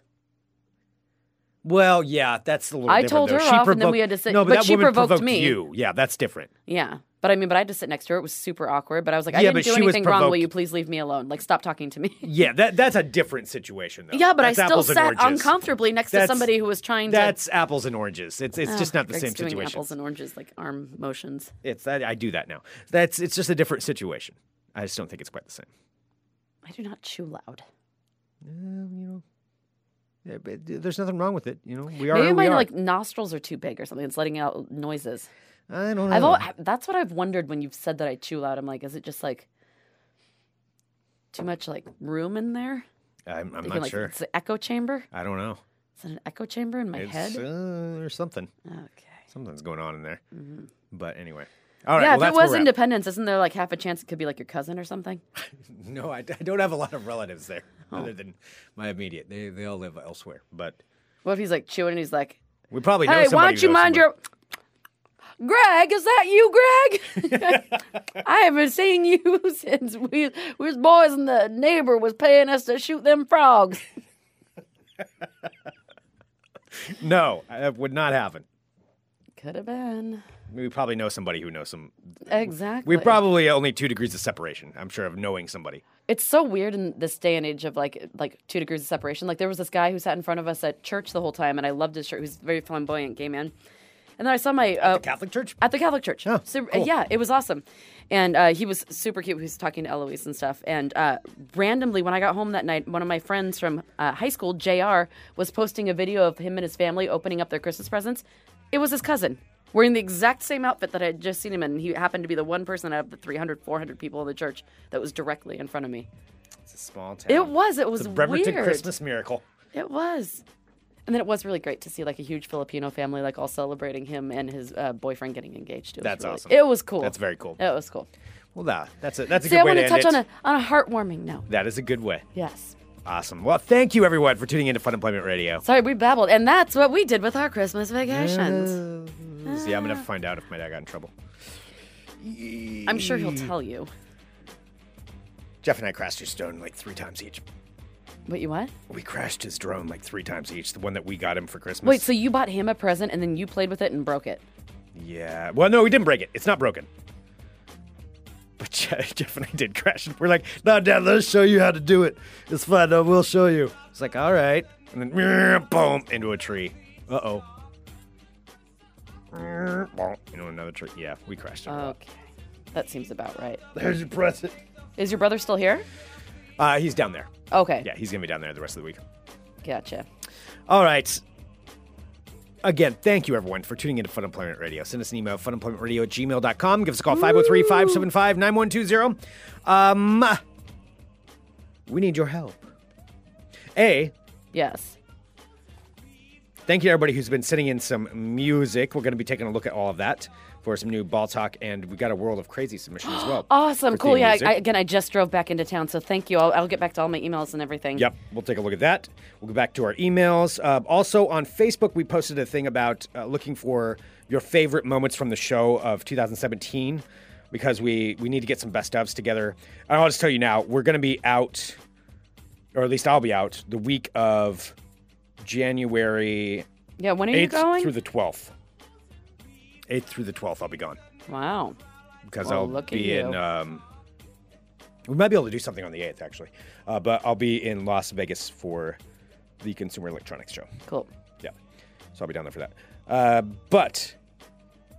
[SPEAKER 6] Well, yeah, that's a little.
[SPEAKER 7] I
[SPEAKER 6] different,
[SPEAKER 7] told
[SPEAKER 6] though.
[SPEAKER 7] her
[SPEAKER 6] she
[SPEAKER 7] off, and then
[SPEAKER 6] provoked-
[SPEAKER 7] we had to sit-
[SPEAKER 6] No, but,
[SPEAKER 7] but
[SPEAKER 6] that
[SPEAKER 7] she
[SPEAKER 6] woman
[SPEAKER 7] provoked
[SPEAKER 6] provoked
[SPEAKER 7] me.
[SPEAKER 6] you. Yeah, that's different.
[SPEAKER 7] Yeah. But I mean, but I had to sit next to her. It was super awkward. But I was like, I
[SPEAKER 6] Yeah,
[SPEAKER 7] didn't
[SPEAKER 6] but
[SPEAKER 7] do
[SPEAKER 6] she was
[SPEAKER 7] anything wrong. Will
[SPEAKER 6] provoked.
[SPEAKER 7] you please leave me alone? Like, stop talking to me.
[SPEAKER 6] Yeah, that that's a different situation though.
[SPEAKER 7] yeah, but
[SPEAKER 6] That's
[SPEAKER 7] I still
[SPEAKER 6] apples and
[SPEAKER 7] sat
[SPEAKER 6] oranges.
[SPEAKER 7] uncomfortably next
[SPEAKER 6] That's-
[SPEAKER 7] to somebody who was trying to.
[SPEAKER 6] That's apples and oranges. It's it's just
[SPEAKER 7] Ugh,
[SPEAKER 6] not the
[SPEAKER 7] Ah, Greg's
[SPEAKER 6] same
[SPEAKER 7] doing
[SPEAKER 6] situation.
[SPEAKER 7] Apples and oranges, like arm motions.
[SPEAKER 6] It's I, I do that now. That's it's just a different situation. I just don't think it's quite the same.
[SPEAKER 7] I do not chew loud.
[SPEAKER 6] Um, you know, yeah, but there's nothing wrong with it. You know, we are.
[SPEAKER 7] Maybe
[SPEAKER 6] who we
[SPEAKER 7] my
[SPEAKER 6] are.
[SPEAKER 7] like nostrils are too big or something. It's letting out noises.
[SPEAKER 6] I don't know.
[SPEAKER 7] I've always, that's what I've wondered when you've said that I chew loud. I'm like, is it just like too much like room in there?
[SPEAKER 6] I'm, I'm
[SPEAKER 7] You
[SPEAKER 6] not
[SPEAKER 7] can, like,
[SPEAKER 6] sure.
[SPEAKER 7] It's an echo chamber.
[SPEAKER 6] I don't know.
[SPEAKER 7] Is it an echo chamber in my
[SPEAKER 6] It's
[SPEAKER 7] head?
[SPEAKER 6] uh, there's something.
[SPEAKER 7] okay.
[SPEAKER 6] Something's going on in there. But anyway. All right.
[SPEAKER 7] Mm-hmm. yeah,
[SPEAKER 6] well, that's
[SPEAKER 7] if it
[SPEAKER 6] where
[SPEAKER 7] was
[SPEAKER 6] we're at.
[SPEAKER 7] Independence, isn't there like half a chance it could be like your cousin or something?
[SPEAKER 6] No, I, I don't have a lot of relatives there,
[SPEAKER 7] Oh.
[SPEAKER 6] other than my immediate. They they all live elsewhere. But
[SPEAKER 7] What if he's like chewing and he's like,
[SPEAKER 6] we probably know
[SPEAKER 7] "Hey, why
[SPEAKER 6] somebody who
[SPEAKER 7] don't you
[SPEAKER 6] knows
[SPEAKER 7] mind
[SPEAKER 6] somebody.
[SPEAKER 7] your?" Greg, is that you, Greg? I haven't seen you since we, we was boys and the neighbor was paying us to shoot them frogs.
[SPEAKER 6] No, that would not happen.
[SPEAKER 7] Could have been.
[SPEAKER 6] We probably know somebody who knows some.
[SPEAKER 7] Exactly.
[SPEAKER 6] We probably only two degrees of separation. I'm sure of knowing somebody.
[SPEAKER 7] It's so weird in this day and age of like like two degrees of separation. Like there was this guy who sat in front of us at church the whole time, and I loved his shirt. He was a very flamboyant gay man. And then I saw my uh,
[SPEAKER 6] Catholic Church.
[SPEAKER 7] at the Catholic Church.
[SPEAKER 6] Oh,
[SPEAKER 7] Super-
[SPEAKER 6] cool.
[SPEAKER 7] Yeah, it was awesome, and uh, he was super cute. He was talking to Eloise and stuff. And uh, randomly, when I got home that night, one of my friends from uh, high school, Jr., was posting a video of him and his family opening up their Christmas presents. It was his cousin. Wearing the exact same outfit that I had just seen him in. He happened to be the one person out of the 300, 400 people in the church that was directly in front of me.
[SPEAKER 6] It's a small town.
[SPEAKER 7] It was. It was
[SPEAKER 6] It's a Bremerton
[SPEAKER 7] weird.
[SPEAKER 6] Christmas miracle.
[SPEAKER 7] It was. And then it was really great to see like a huge Filipino family like all celebrating him and his uh, boyfriend getting engaged. It was
[SPEAKER 6] That's
[SPEAKER 7] really-
[SPEAKER 6] awesome.
[SPEAKER 7] It was cool.
[SPEAKER 6] That's very cool.
[SPEAKER 7] It was cool.
[SPEAKER 6] Well, nah, that's a that's a
[SPEAKER 7] See,
[SPEAKER 6] good
[SPEAKER 7] I
[SPEAKER 6] way
[SPEAKER 7] want
[SPEAKER 6] to
[SPEAKER 7] to
[SPEAKER 6] end
[SPEAKER 7] touch
[SPEAKER 6] it.
[SPEAKER 7] on a on a heartwarming note.
[SPEAKER 6] That is a good way.
[SPEAKER 7] Yes.
[SPEAKER 6] Awesome. Well, thank you everyone for tuning into Fun Employment Radio.
[SPEAKER 7] Sorry, we babbled, and that's what we did with our Christmas vacations.
[SPEAKER 6] See, I'm gonna
[SPEAKER 7] Ah.
[SPEAKER 6] have to find out if my dad got in trouble.
[SPEAKER 7] I'm sure he'll tell you.
[SPEAKER 6] Jeff and I crashed his drone like three times each.
[SPEAKER 7] What you what?
[SPEAKER 6] We crashed his drone like three times each. The one that we got him for Christmas.
[SPEAKER 7] Wait, so you bought him a present and then you played with it and broke it?
[SPEAKER 6] Yeah. Well, no, we didn't break it. It's not broken. But Je- Jeff and I did crash. it. We're like, no, Dad, let's show you how to do it. It's fine. I will show you. It's like, all right. And then, meow, boom, into a tree. Uh oh. Into another tree. Yeah, we crashed it.
[SPEAKER 7] Okay, that seems about right.
[SPEAKER 6] There's your present.
[SPEAKER 7] Is your brother still here?
[SPEAKER 6] Uh, he's down there.
[SPEAKER 7] Okay.
[SPEAKER 6] Yeah, he's going to be down there the rest of the week.
[SPEAKER 7] Gotcha.
[SPEAKER 6] All right. Again, thank you everyone for tuning into Fun Employment Radio. Send us an email, funemploymentradio at gmail.com. Give us a call, 503 575 9120. Um, We need your help. A,
[SPEAKER 7] Yes.
[SPEAKER 6] Thank you to everybody who's been sending in some music. We're going to be taking a look at all of that for some new ball talk, and we got a World of Crazy submission as well.
[SPEAKER 7] Awesome,
[SPEAKER 6] for
[SPEAKER 7] cool.
[SPEAKER 6] theme
[SPEAKER 7] Yeah,
[SPEAKER 6] music.
[SPEAKER 7] I, I, again, I just drove back into town, so thank you. I'll, I'll get back to all my emails and everything.
[SPEAKER 6] Yep, we'll take a look at that. We'll go back to our emails. Uh, also on Facebook, we posted a thing about uh, looking for your favorite moments from the show of 2017 because we we need to get some best ofs together. And I'll just tell you now, we're going to be out, or at least I'll be out the week of January
[SPEAKER 7] Yeah, when are you
[SPEAKER 6] 8th
[SPEAKER 7] going?
[SPEAKER 6] through the 12th. 8th through the 12th, I'll be gone
[SPEAKER 7] wow.
[SPEAKER 6] because
[SPEAKER 7] Well,
[SPEAKER 6] I'll
[SPEAKER 7] look at
[SPEAKER 6] be in.
[SPEAKER 7] you.
[SPEAKER 6] Um, we might be able to do something on the eighth, actually, uh, but I'll be in Las Vegas for the Consumer Electronics Show.
[SPEAKER 7] Cool.
[SPEAKER 6] Yeah, so I'll be down there for that. Uh, but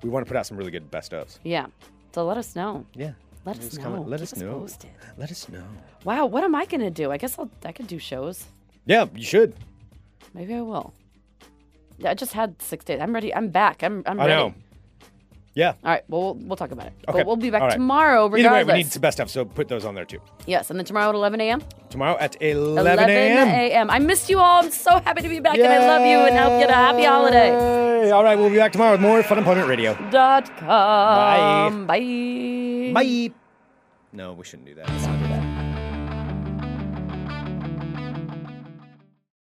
[SPEAKER 6] we want to put out some really good best ofs.
[SPEAKER 7] Yeah. So let us know.
[SPEAKER 6] Yeah,
[SPEAKER 7] Let us
[SPEAKER 6] Just
[SPEAKER 7] know.
[SPEAKER 6] comment- Let
[SPEAKER 7] Keep
[SPEAKER 6] us know.
[SPEAKER 7] Posted.
[SPEAKER 6] Let us know.
[SPEAKER 7] Wow, what am I gonna do? I guess I'll I could do shows.
[SPEAKER 6] Yeah, you should.
[SPEAKER 7] Maybe I will. Yeah, I just had six days. I'm ready. I'm back. I'm I'm
[SPEAKER 6] I
[SPEAKER 7] ready.
[SPEAKER 6] know. Yeah.
[SPEAKER 7] All right. Well, we'll, we'll talk about it.
[SPEAKER 6] Okay.
[SPEAKER 7] But we'll be back
[SPEAKER 6] All right.
[SPEAKER 7] tomorrow,
[SPEAKER 6] Either way,
[SPEAKER 7] regardless.
[SPEAKER 6] we need some best ofs, so put those on there too.
[SPEAKER 7] yes, and then tomorrow at 11 a.m.
[SPEAKER 6] Tomorrow at 11 a.m.
[SPEAKER 7] I missed you all. I'm so happy to be back, and I love you, and I hope you had a happy holiday.
[SPEAKER 6] Yay! All right, we'll be back tomorrow with more Fun Employment Radio.
[SPEAKER 7] Dot com. Bye.
[SPEAKER 6] Bye. No, we shouldn't do that.
[SPEAKER 7] Bye.